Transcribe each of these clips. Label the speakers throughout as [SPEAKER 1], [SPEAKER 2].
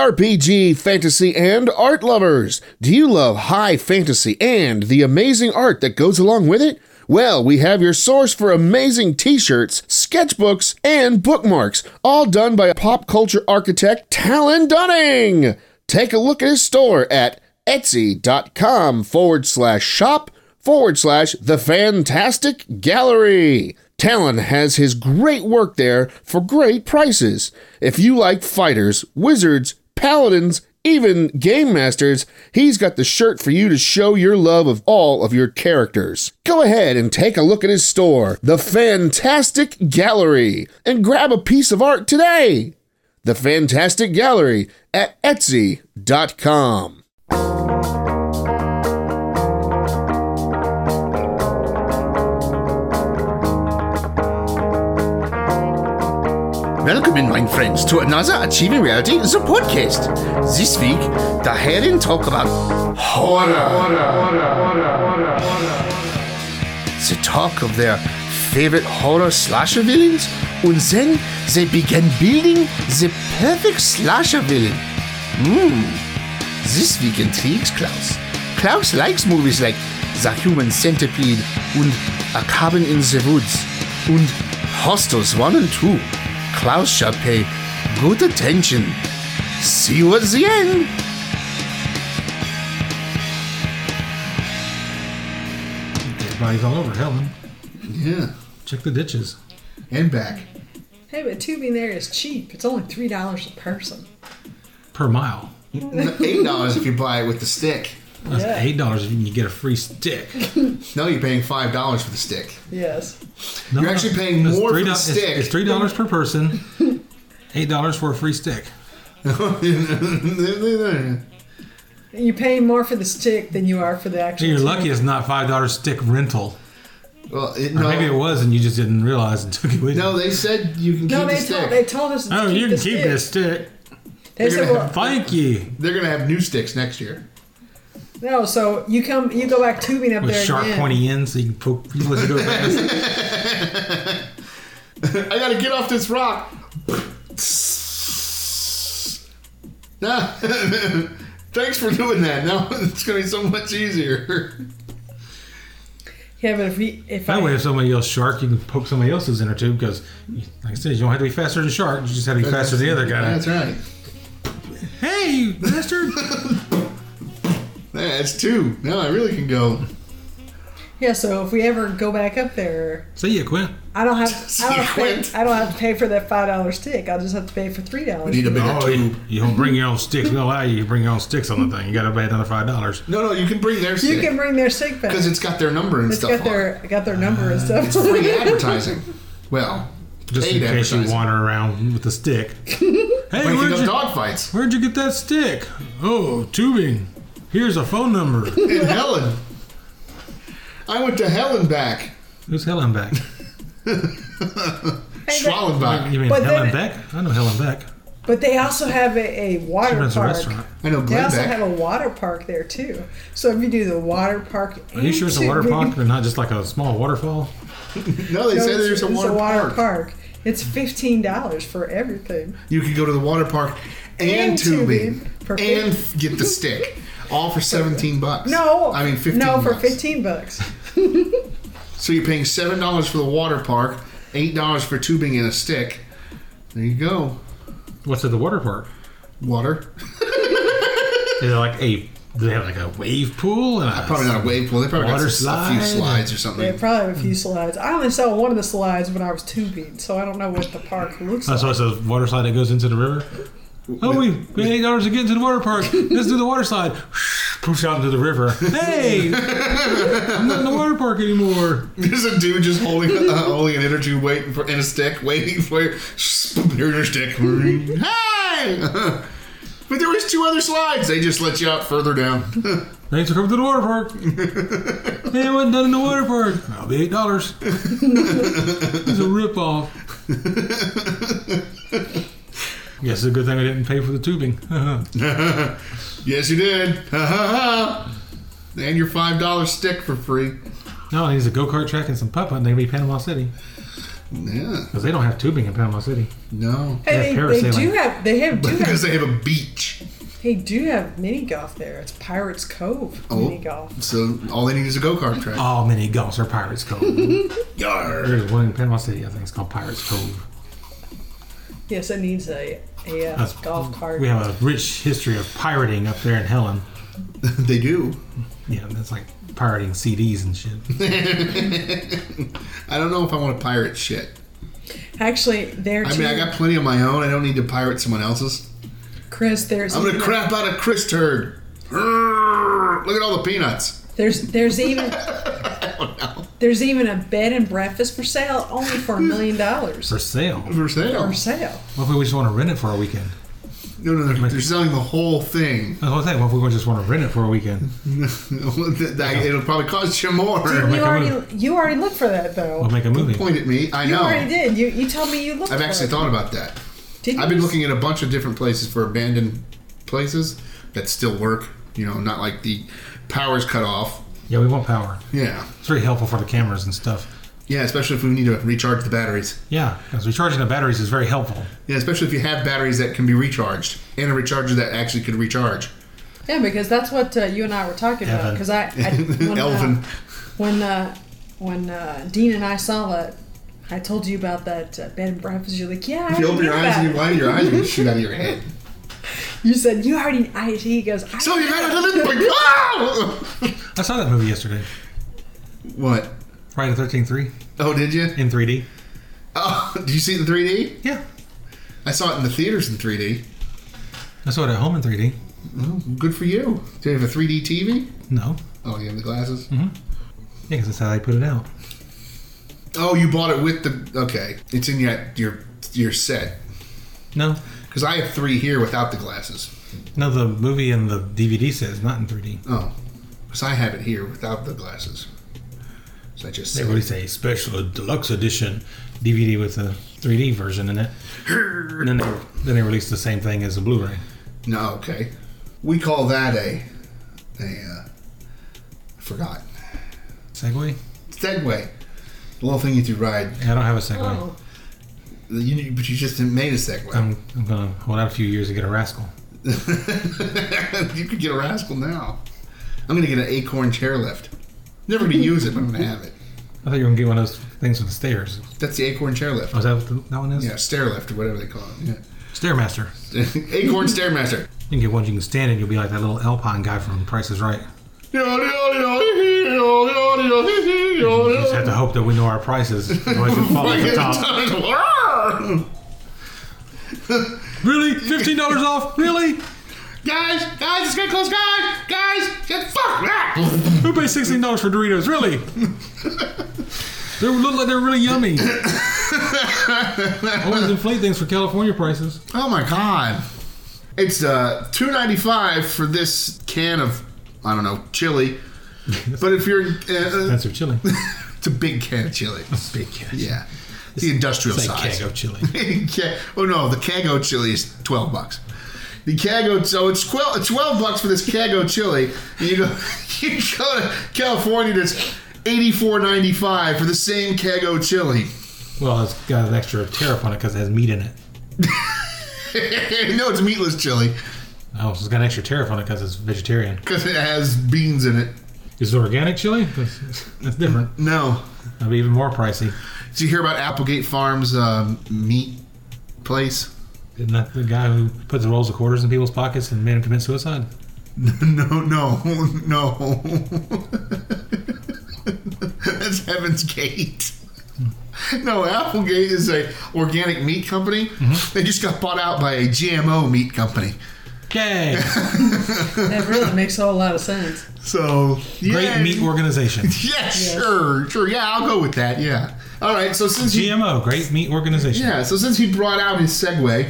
[SPEAKER 1] JRPG, fantasy, and art lovers. Do you love high fantasy and the amazing art that goes along with it? Well, we have your source for amazing t shirts, sketchbooks, and bookmarks, all done by pop culture architect Talon Dunning. Take a look at his store at etsy.com forward slash shop forward slash the fantastic gallery. Talon has his great work there for great prices. If you like fighters, wizards, paladins, even game masters, he's got the shirt for you to show your love of all of your characters. Go ahead and take a look at his store, The Fantastic Gallery, and grab a piece of art today. The Fantastic Gallery at Etsy.com. Welcome, in, my friends, to another Achieving Reality, the podcast. This week, the Herren talk about horror. They talk of their favorite horror slasher villains, and then they begin building the perfect slasher villain. Mmm. This week intrigues Klaus. Klaus likes movies like The Human Centipede and A Cabin in the Woods and Hostels 1 and 2. Klaus shall pay good attention. See you at the end.
[SPEAKER 2] Everybody's all over Helen.
[SPEAKER 1] Yeah,
[SPEAKER 2] Check the ditches.
[SPEAKER 1] and back.
[SPEAKER 3] Hey, but tubing there is cheap. It's only three dollars a person.
[SPEAKER 2] Per mile.
[SPEAKER 1] Eight dollars if you buy it with the stick.
[SPEAKER 2] That's
[SPEAKER 3] Yeah.
[SPEAKER 2] eight dollars if you can get a free stick.
[SPEAKER 1] No, you're paying five dollars for the stick.
[SPEAKER 3] Yes.
[SPEAKER 2] No,
[SPEAKER 1] You're actually paying
[SPEAKER 2] it's
[SPEAKER 1] more for the
[SPEAKER 2] $3 it's-
[SPEAKER 1] stick.
[SPEAKER 2] It's, three dollars per person. Eight dollars for a free stick.
[SPEAKER 3] You pay more for the stick than you are for the actual.
[SPEAKER 2] Hey, you're
[SPEAKER 3] tube.
[SPEAKER 2] lucky it's not five dollars stick rental.
[SPEAKER 1] well, it,
[SPEAKER 2] Or maybe it
[SPEAKER 1] no,
[SPEAKER 2] was and you just didn't realize and took it with
[SPEAKER 1] no,
[SPEAKER 2] you.
[SPEAKER 1] they said you can keep
[SPEAKER 3] No,
[SPEAKER 1] the
[SPEAKER 3] they
[SPEAKER 1] stick.
[SPEAKER 3] told they told us. To
[SPEAKER 2] Oh,
[SPEAKER 3] keep
[SPEAKER 2] you
[SPEAKER 3] the
[SPEAKER 2] can keep
[SPEAKER 3] stick.
[SPEAKER 2] this stick.
[SPEAKER 3] They
[SPEAKER 1] You're
[SPEAKER 3] said,
[SPEAKER 1] gonna
[SPEAKER 3] well,
[SPEAKER 1] have-
[SPEAKER 2] Thank you.
[SPEAKER 1] They're gonna have new sticks next year.
[SPEAKER 3] no. So you come, you go back tubing up
[SPEAKER 2] With
[SPEAKER 3] there
[SPEAKER 2] sharp
[SPEAKER 3] again.
[SPEAKER 2] pointy ends, so you can poke. You listen to it fast.
[SPEAKER 1] I gotta get off this rock. Nah. Thanks for doing that. Now it's gonna be so much easier.
[SPEAKER 3] Yeah, but if we, if I,
[SPEAKER 2] That way, if somebody else shark, you can poke somebody else's inner tube because, like I said, you don't have to be faster than shark. You just have to be faster than the other guy.
[SPEAKER 1] That's right.
[SPEAKER 2] Hey, master.
[SPEAKER 1] Yeah, it's two. No, I really can go.
[SPEAKER 3] yeah. So if we ever go back up there,
[SPEAKER 2] See ya, Quint.
[SPEAKER 3] I don't have, I don't have, to
[SPEAKER 1] Quint.
[SPEAKER 3] pay, I don't have to pay for that five dollar stick. I'll just have to pay for three dollars.
[SPEAKER 1] Need a bigger
[SPEAKER 2] Oh,
[SPEAKER 1] tube.
[SPEAKER 2] you, you don't bring your own sticks. They'll allow you to bring your own sticks on the thing. You got to pay another five dollars.
[SPEAKER 1] No, no, you can bring their
[SPEAKER 3] You
[SPEAKER 1] stick
[SPEAKER 3] can bring their stick back.
[SPEAKER 1] because it's got their number and
[SPEAKER 3] It's
[SPEAKER 1] stuff.
[SPEAKER 3] got their got their number
[SPEAKER 2] Uh,
[SPEAKER 3] and stuff.
[SPEAKER 1] on. it. free advertising. Well,
[SPEAKER 2] Just in
[SPEAKER 1] paid
[SPEAKER 2] case you
[SPEAKER 1] advertising.
[SPEAKER 2] wander around with a stick. hey,
[SPEAKER 1] Breaking
[SPEAKER 2] where'd
[SPEAKER 1] up
[SPEAKER 2] you,
[SPEAKER 1] dogfights.
[SPEAKER 2] where'd you get that stick? Oh, tubing. Here's a phone number.
[SPEAKER 1] In Helen. I went to Helen back.
[SPEAKER 2] Who's Helen Beck?
[SPEAKER 3] Hey, but-
[SPEAKER 1] Schwallenbach.
[SPEAKER 2] You mean
[SPEAKER 3] But
[SPEAKER 2] Helen
[SPEAKER 3] then-
[SPEAKER 2] Beck? I know Helen Beck.
[SPEAKER 3] But they also have a, a
[SPEAKER 2] She
[SPEAKER 3] water
[SPEAKER 2] runs a
[SPEAKER 3] park.
[SPEAKER 2] restaurant.
[SPEAKER 1] I know
[SPEAKER 3] They
[SPEAKER 1] Glenn
[SPEAKER 3] also have
[SPEAKER 1] Beck.
[SPEAKER 3] a water park there too. So if you do the water park,
[SPEAKER 2] Are you sure it's a water park and not just like a small waterfall?
[SPEAKER 1] No, they said there's a water, park.
[SPEAKER 3] It's fifteen dollars for everything.
[SPEAKER 1] You could go to the water park and,
[SPEAKER 3] And
[SPEAKER 1] tubing,
[SPEAKER 3] tubing for fif-
[SPEAKER 1] and f- get the stick. All for 17 bucks.
[SPEAKER 3] No,
[SPEAKER 1] I mean 15
[SPEAKER 3] No, for
[SPEAKER 1] bucks.
[SPEAKER 3] fifteen bucks.
[SPEAKER 1] So you're paying $7 for the water park, $8 for tubing and a stick. There you go.
[SPEAKER 2] What's at the water park?
[SPEAKER 1] Water.
[SPEAKER 2] Is it like a? Do they have like a wave pool and a
[SPEAKER 1] Probably not a wave pool. They probably
[SPEAKER 2] Water
[SPEAKER 1] got some, a few
[SPEAKER 2] slide.
[SPEAKER 1] slides or
[SPEAKER 3] They
[SPEAKER 1] something.
[SPEAKER 3] probably have a few slides. I only saw one of the slides when I was tubing, so I don't know what the park looks like.
[SPEAKER 2] That's why it's a water slide that goes into the river. Oh, we paid eight dollars to get into the water park. Let's do the water slide. Push out into the river. Hey, I'm not in the water park anymore.
[SPEAKER 1] There's a dude just holding uh, holding an inner tube, waiting for and a stick, waiting for your, here's your stick. hey! but there was two other slides. They just let you out further down.
[SPEAKER 2] Thanks for coming to the water park. hey, I wasn't done in the water park. I'll be eight dollars. it's a rip off. Guess it's a good thing I didn't pay for the tubing.
[SPEAKER 1] yes, you did. and your five dollar stick for free.
[SPEAKER 2] no, I need a go kart track and some putt putt. They're gonna be Panama City.
[SPEAKER 1] Yeah.
[SPEAKER 2] because they don't have tubing in Panama City.
[SPEAKER 1] No.
[SPEAKER 2] They
[SPEAKER 3] Hey,
[SPEAKER 2] have
[SPEAKER 3] they, they do
[SPEAKER 2] parasailing.
[SPEAKER 3] have they have do
[SPEAKER 1] Because
[SPEAKER 3] have
[SPEAKER 1] they have a beach.
[SPEAKER 3] they do have mini golf there. It's Pirates Cove
[SPEAKER 1] Oh.
[SPEAKER 3] mini golf.
[SPEAKER 1] So all they need is a go kart track.
[SPEAKER 2] All mini golfs are Pirates Cove.
[SPEAKER 3] Oh.
[SPEAKER 1] Yar.
[SPEAKER 2] There's one in Panama City, I think it's called Pirates Cove.
[SPEAKER 3] Yes, it needs a a uh,
[SPEAKER 2] That's-
[SPEAKER 3] golf cart.
[SPEAKER 2] We have a rich history of pirating up there in Helen.
[SPEAKER 1] they do.
[SPEAKER 2] Yeah, that's like pirating CDs and shit.
[SPEAKER 1] I don't know if I want to pirate shit.
[SPEAKER 3] Actually, there too,
[SPEAKER 1] I mean, I got plenty of my own. I don't need to pirate someone else's.
[SPEAKER 3] Chris. There's
[SPEAKER 1] I'm gonna
[SPEAKER 3] even-
[SPEAKER 1] crap out a Chris turd. Urgh. Look at all the peanuts.
[SPEAKER 3] There's there's even
[SPEAKER 1] Oh,
[SPEAKER 3] there's even a bed and breakfast for sale only for a million dollars
[SPEAKER 2] For sale.
[SPEAKER 1] For sale.
[SPEAKER 3] for sale.
[SPEAKER 2] What if we just want to rent it for a weekend?
[SPEAKER 1] No, no, they're, they're selling the whole thing.
[SPEAKER 2] That's what I'm saying. What if we just want to rent it for a weekend?
[SPEAKER 1] That- that- it'll probably cost you more.
[SPEAKER 3] Didn't
[SPEAKER 2] make
[SPEAKER 3] you
[SPEAKER 2] a
[SPEAKER 3] already you already looked for that
[SPEAKER 2] We'll
[SPEAKER 3] though?
[SPEAKER 2] make a movie.
[SPEAKER 1] Point at me. I
[SPEAKER 3] You already
[SPEAKER 1] know.
[SPEAKER 3] did. You you told me you looked.
[SPEAKER 1] I've
[SPEAKER 3] for
[SPEAKER 1] actually
[SPEAKER 3] it.
[SPEAKER 1] thought about that.
[SPEAKER 3] Didn't
[SPEAKER 1] I've been
[SPEAKER 3] you?
[SPEAKER 1] looking at a bunch of different places for abandoned places that still work. You know, not like the power's cut off.
[SPEAKER 2] Yeah, we want power.
[SPEAKER 1] Yeah.
[SPEAKER 2] It's very helpful for the cameras and stuff.
[SPEAKER 1] Yeah, especially if we need to recharge the batteries.
[SPEAKER 2] Yeah, because recharging the batteries is very helpful.
[SPEAKER 1] Yeah, especially if you have batteries that can be recharged and a recharger that actually could recharge.
[SPEAKER 3] Yeah, because that's what uh, you and I were talking about.
[SPEAKER 2] Evan.
[SPEAKER 3] Because I, I when,
[SPEAKER 1] Elvin.
[SPEAKER 3] uh, when uh, when uh, Dean and I saw that, I told you about that uh, bed and breakfast. You're like, yeah, I
[SPEAKER 1] If you
[SPEAKER 3] already
[SPEAKER 1] open your
[SPEAKER 3] knew
[SPEAKER 1] eyes and
[SPEAKER 3] about
[SPEAKER 1] you
[SPEAKER 3] it."
[SPEAKER 1] blind your eyes, you can shoot out of your head.
[SPEAKER 3] You said you already. I he goes. I
[SPEAKER 1] So you had a little. Ah!
[SPEAKER 2] I saw that movie yesterday.
[SPEAKER 1] What?
[SPEAKER 2] Friday the 13th 3
[SPEAKER 1] Oh, did you?
[SPEAKER 2] in 3D.
[SPEAKER 1] Oh, did you see it in 3D?
[SPEAKER 2] Yeah.
[SPEAKER 1] I saw it in the theaters in 3D.
[SPEAKER 2] I saw it at home in 3D.
[SPEAKER 1] Oh, good for you. Do you have a 3D TV?
[SPEAKER 2] No.
[SPEAKER 1] Oh, you have the glasses.
[SPEAKER 2] Yeah, because that's how they put it out.
[SPEAKER 1] Oh, you bought it with the. Okay, it's in your your your set.
[SPEAKER 2] No.
[SPEAKER 1] Because I have three here without the glasses.
[SPEAKER 2] No, the movie and the DVD says not in 3D.
[SPEAKER 1] Oh, because I have it here without the glasses. So I just
[SPEAKER 2] They
[SPEAKER 1] said,
[SPEAKER 2] released a special deluxe edition DVD with a 3D version in it. And then they, then they released the same thing as a Blu-ray.
[SPEAKER 1] no. Okay, we call that a a. Uh, I forgot
[SPEAKER 2] Segway?
[SPEAKER 1] Segway. The little thing you do ride.
[SPEAKER 2] Yeah, I don't have a Segway.
[SPEAKER 3] Oh,
[SPEAKER 1] You, but you just made a Segway.
[SPEAKER 2] I'm, I'm gonna hold out a few years to get a rascal.
[SPEAKER 1] you could get a rascal now. I'm gonna get an acorn chairlift. Never gonna use it, but I'm gonna have it.
[SPEAKER 2] I thought you were gonna get one of those things with the stairs.
[SPEAKER 1] That's the acorn chairlift.
[SPEAKER 2] Oh, is that what the, that one is?
[SPEAKER 1] Yeah, stair lift or whatever they call it.
[SPEAKER 2] Stairmaster.
[SPEAKER 1] Yeah. acorn stairmaster.
[SPEAKER 2] You can get one you can stand in. You'll be like that little Alpine guy from Price is Right. You just have to hope that we know our prices. Otherwise, you'll fall off the top. Really? Fifteen dollars off? Really?
[SPEAKER 1] Guys, guys, it's getting close, guys, guys, get fuck that.
[SPEAKER 2] Who paid sixteen dollars for Doritos? Really? they look like they're really yummy. Always inflate things for California prices.
[SPEAKER 1] Oh my god, it's uh two ninety five for this can of I don't know chili, but if you're uh, uh,
[SPEAKER 2] That's their chili.
[SPEAKER 1] it's a big can of chili.
[SPEAKER 2] Big keg.
[SPEAKER 1] Yeah, the industrial
[SPEAKER 2] It's like
[SPEAKER 1] size.
[SPEAKER 2] keg of chili.
[SPEAKER 1] Ca- oh no, the Cago chili is twelve bucks. The Cago, so it's twelve, twelve bucks for this Cago chili. And you go, you go to California, that's eighty four ninety five for the same Cago chili.
[SPEAKER 2] Well, it's got an extra tariff on it because it has meat in it.
[SPEAKER 1] no, it's meatless chili
[SPEAKER 2] Oh, so it's got an extra tariff on it because it's vegetarian.
[SPEAKER 1] because it has beans in it.
[SPEAKER 2] Is it organic chili? That's, that's different.
[SPEAKER 1] No,
[SPEAKER 2] That'd be even more pricey.
[SPEAKER 1] did you hear about Applegate Farms um, meat place?
[SPEAKER 2] Isn't that the guy who puts the rolls of quarters in people's pockets and made them commit suicide?
[SPEAKER 1] No, no, no. That's Heaven's Gate. No, Applegate is a organic meat company.
[SPEAKER 2] Mm-hmm.
[SPEAKER 1] They just got bought out by a GMO meat company.
[SPEAKER 2] Yay!
[SPEAKER 3] that really makes a whole lot of sense.
[SPEAKER 1] So
[SPEAKER 2] Great
[SPEAKER 1] yay.
[SPEAKER 2] meat organization.
[SPEAKER 1] Yeah, sure, sure. Yeah, I'll go with that. Yeah. All right. So since he,
[SPEAKER 2] GMO, great meat organization.
[SPEAKER 1] yeah, so since he brought out his segue,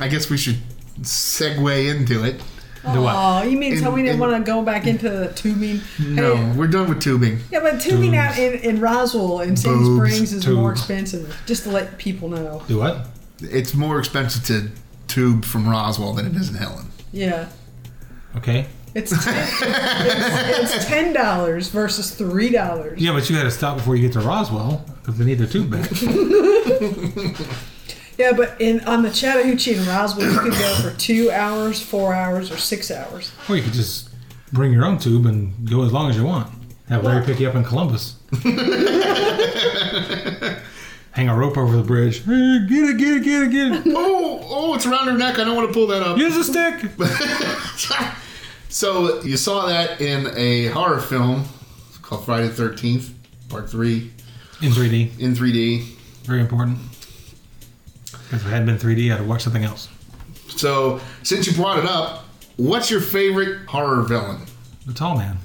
[SPEAKER 1] I guess we should segue into it.
[SPEAKER 2] Do what?
[SPEAKER 3] Oh, you mean
[SPEAKER 1] In-
[SPEAKER 3] tell me they
[SPEAKER 1] in-
[SPEAKER 3] want to go back into the tubing?
[SPEAKER 1] No,
[SPEAKER 3] Hey,
[SPEAKER 1] we're done with tubing.
[SPEAKER 3] yeah, but tubing out in, in Roswell and Sandy
[SPEAKER 1] Boobs,
[SPEAKER 3] Springs is more
[SPEAKER 2] tube.
[SPEAKER 3] expensive. Just to let people know.
[SPEAKER 2] Do what?
[SPEAKER 1] It's more expensive to tube from Roswell than it is in Helen.
[SPEAKER 3] Yeah.
[SPEAKER 2] Okay.
[SPEAKER 3] It's ten, it's, it's ten dollars versus three dollars.
[SPEAKER 2] Yeah, but you had to stop before you get to Roswell. because they need their tube back.
[SPEAKER 3] Yeah, but in on the Chattahoochee and Roswell, you could go for two hours, four hours, or six hours.
[SPEAKER 2] or you could just bring your own tube and go as long as you want. Have Larry pick you up in Columbus. Hang a rope over the bridge. Hey, get it, get it, get it, get it.
[SPEAKER 1] Oh, oh, it's around her neck. I don't want to pull that up.
[SPEAKER 2] Use a stick.
[SPEAKER 1] so you saw that in a horror film called Friday the Thirteenth Part Three
[SPEAKER 2] In 3D.
[SPEAKER 1] in 3D.
[SPEAKER 2] Very important. Because if it hadn't been 3D, I'd have watched something else.
[SPEAKER 1] So since you brought it up, what's your favorite horror villain?
[SPEAKER 2] The tall man.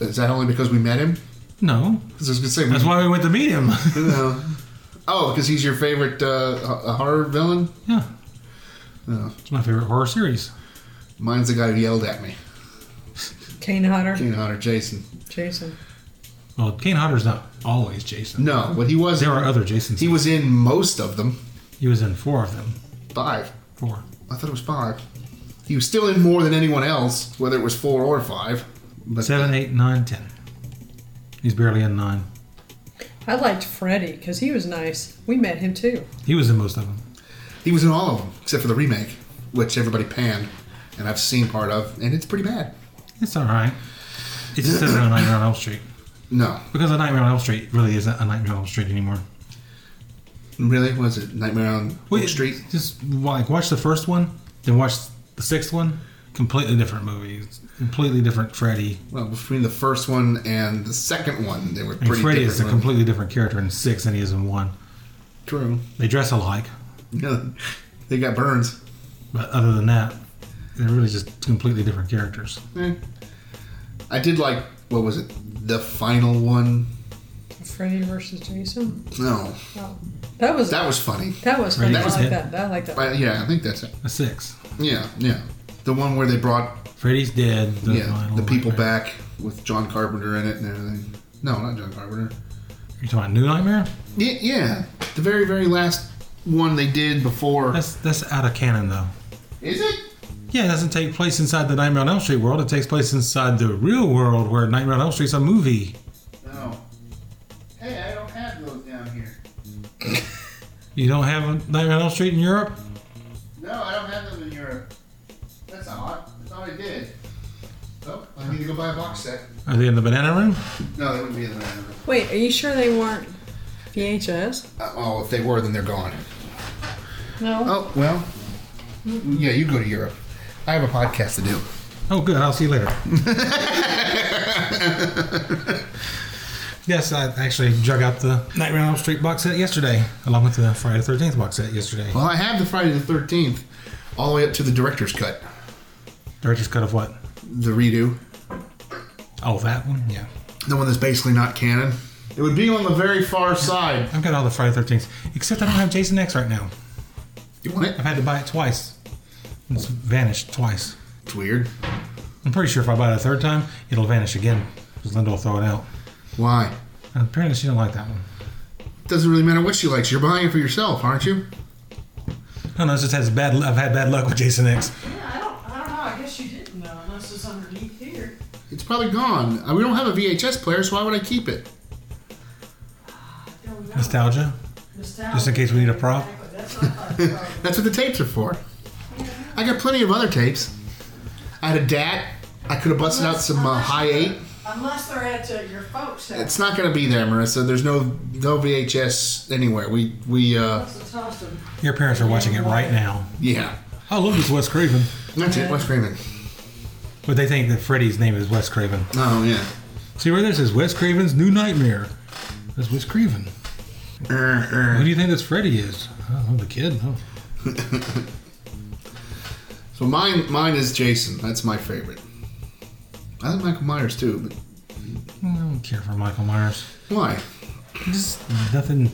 [SPEAKER 1] Is that only because we met him?
[SPEAKER 2] No.
[SPEAKER 1] 'Cause I was gonna say,
[SPEAKER 2] That's why we went to meet him.
[SPEAKER 1] No. Oh, because he's your favorite uh, ho- horror villain.
[SPEAKER 2] yeah.
[SPEAKER 1] No.
[SPEAKER 2] It's my favorite horror series.
[SPEAKER 1] Mine's the guy who yelled at me.
[SPEAKER 3] Kane Hodder,
[SPEAKER 1] Kane Hunter, Jason.
[SPEAKER 3] Jason.
[SPEAKER 2] Well, Kane Hodder's not always Jason.
[SPEAKER 1] No, what he was,
[SPEAKER 2] There are other Jasons.
[SPEAKER 1] he was in most of them.
[SPEAKER 2] He was in four of them.
[SPEAKER 1] Five.
[SPEAKER 2] Four.
[SPEAKER 1] I thought it was five. He was still in more than anyone else, whether it was four or five. But
[SPEAKER 2] Seven, eight, nine, ten. He's barely in nine.
[SPEAKER 3] I liked Freddy because he was nice. We met him too.
[SPEAKER 2] He was in most of them.
[SPEAKER 1] he was in all of them except for the remake, which everybody panned, and I've seen part of, and it's pretty bad.
[SPEAKER 2] It's all right. It just isn't a Nightmare on Elm Street.
[SPEAKER 1] No,
[SPEAKER 2] Because a Nightmare on Elm Street really isn't a Nightmare on Elm Street anymore.
[SPEAKER 1] really, was it Nightmare on Elm
[SPEAKER 2] Wait,
[SPEAKER 1] Street?
[SPEAKER 2] Just like watch the first one, then watch the sixth one. Completely different movies. Completely different Freddy.
[SPEAKER 1] Well, between the first one and the second one, they were
[SPEAKER 2] And
[SPEAKER 1] pretty.
[SPEAKER 2] Freddy
[SPEAKER 1] different
[SPEAKER 2] is a
[SPEAKER 1] movies.
[SPEAKER 2] completely different character in six than he is in one.
[SPEAKER 1] true.
[SPEAKER 2] They dress alike,
[SPEAKER 1] Yeah, they got burns.
[SPEAKER 2] but other than that, they're really just completely different characters.
[SPEAKER 1] Eh. I did like what was it? The final one?
[SPEAKER 3] Freddy versus Jason.
[SPEAKER 1] No,
[SPEAKER 3] Oh, that was
[SPEAKER 1] that was funny.
[SPEAKER 3] that was funny.
[SPEAKER 2] Freddy
[SPEAKER 3] I
[SPEAKER 2] was
[SPEAKER 3] like
[SPEAKER 2] hit.
[SPEAKER 3] that. I like that.
[SPEAKER 1] But yeah, I think that's it.
[SPEAKER 2] A six.
[SPEAKER 1] Yeah, yeah. The one where they brought
[SPEAKER 2] Freddy's dead. The
[SPEAKER 1] yeah,
[SPEAKER 2] final
[SPEAKER 1] the people
[SPEAKER 2] nightmare.
[SPEAKER 1] back with John Carpenter in it and everything. No, not John Carpenter.
[SPEAKER 2] You talking about New Nightmare?
[SPEAKER 1] Yeah, yeah. The very, very last one they did before.
[SPEAKER 2] That's that's out of canon though.
[SPEAKER 1] Is it?
[SPEAKER 2] Yeah, it doesn't take place inside the Nightmare on Elm Street world. It takes place inside the real world where Nightmare on Elm Street's a movie.
[SPEAKER 1] No. Hey, I don't have those down here.
[SPEAKER 2] You don't have a Nightmare on Elm Street in Europe?
[SPEAKER 1] No, I don't have them in Europe. That's odd. I thought I did. Oh, I need to go buy a box set.
[SPEAKER 2] Are they in the banana room?
[SPEAKER 1] No, they wouldn't be in the room.
[SPEAKER 3] Wait, are you sure they weren't VHS?
[SPEAKER 1] Uh, oh, if they were, then they're gone.
[SPEAKER 3] No.
[SPEAKER 1] Oh, well. Yeah, you go to Europe. I have a podcast to do.
[SPEAKER 2] Oh, good. I'll see you later. yes, I actually drug out the Nightmare on Elm Street box set yesterday, along with the Friday the 13th box set yesterday.
[SPEAKER 1] Well, I have the Friday the 13th, all the way up to the director's cut,
[SPEAKER 2] Director's cut of what?
[SPEAKER 1] the redo,
[SPEAKER 2] Oh, that one? Yeah.
[SPEAKER 1] the one that's basically not canon. It would be on the very far side.
[SPEAKER 2] I've got all the Friday the 13th, except I don't have Jason X right now.
[SPEAKER 1] You want it?
[SPEAKER 2] I've had to buy it twice. It's vanished twice.
[SPEAKER 1] It's weird.
[SPEAKER 2] I'm pretty sure if I buy it a third time, it'll vanish again because Linda will throw it out.
[SPEAKER 1] Why?
[SPEAKER 2] And apparently, she didn't like that one.
[SPEAKER 1] Doesn't really matter what she likes. You're buying it for yourself, aren't you?
[SPEAKER 2] No, no, it just has bad. I've had bad luck with Jason X.
[SPEAKER 3] Yeah, I don't. I don't know. I guess you didn't know unless it's underneath here.
[SPEAKER 1] It's probably gone. Uh, We don't have a VHS player, so why would I keep it?
[SPEAKER 2] Nostalgia. Just in case we need a prop.
[SPEAKER 1] That's what the tapes are for. I got plenty of other tapes. I had a DAT. I could have busted out some uh, high eight.
[SPEAKER 3] Unless they're at uh, your folks' house.
[SPEAKER 1] It's not going to be there, Marissa. There's no no VHS anywhere. We we uh
[SPEAKER 3] It's awesome.
[SPEAKER 2] Your parents are watching it right now.
[SPEAKER 1] yeah.
[SPEAKER 2] I love this Wes Craven.
[SPEAKER 1] That's it. What's screaming?
[SPEAKER 2] But they think that Freddy's name is Wes Craven.
[SPEAKER 1] Oh yeah.
[SPEAKER 2] See right there it says Wes Craven's New Nightmare. That's Wes Craven.
[SPEAKER 1] Uh,
[SPEAKER 2] Who
[SPEAKER 1] uh.
[SPEAKER 2] do you think this Freddy is? I don't know, the kid. No.
[SPEAKER 1] So mine mine is Jason. That's my favorite. I like Michael Myers too, but
[SPEAKER 2] Mm, I don't care for Michael Myers.
[SPEAKER 1] why?
[SPEAKER 2] Just nothing.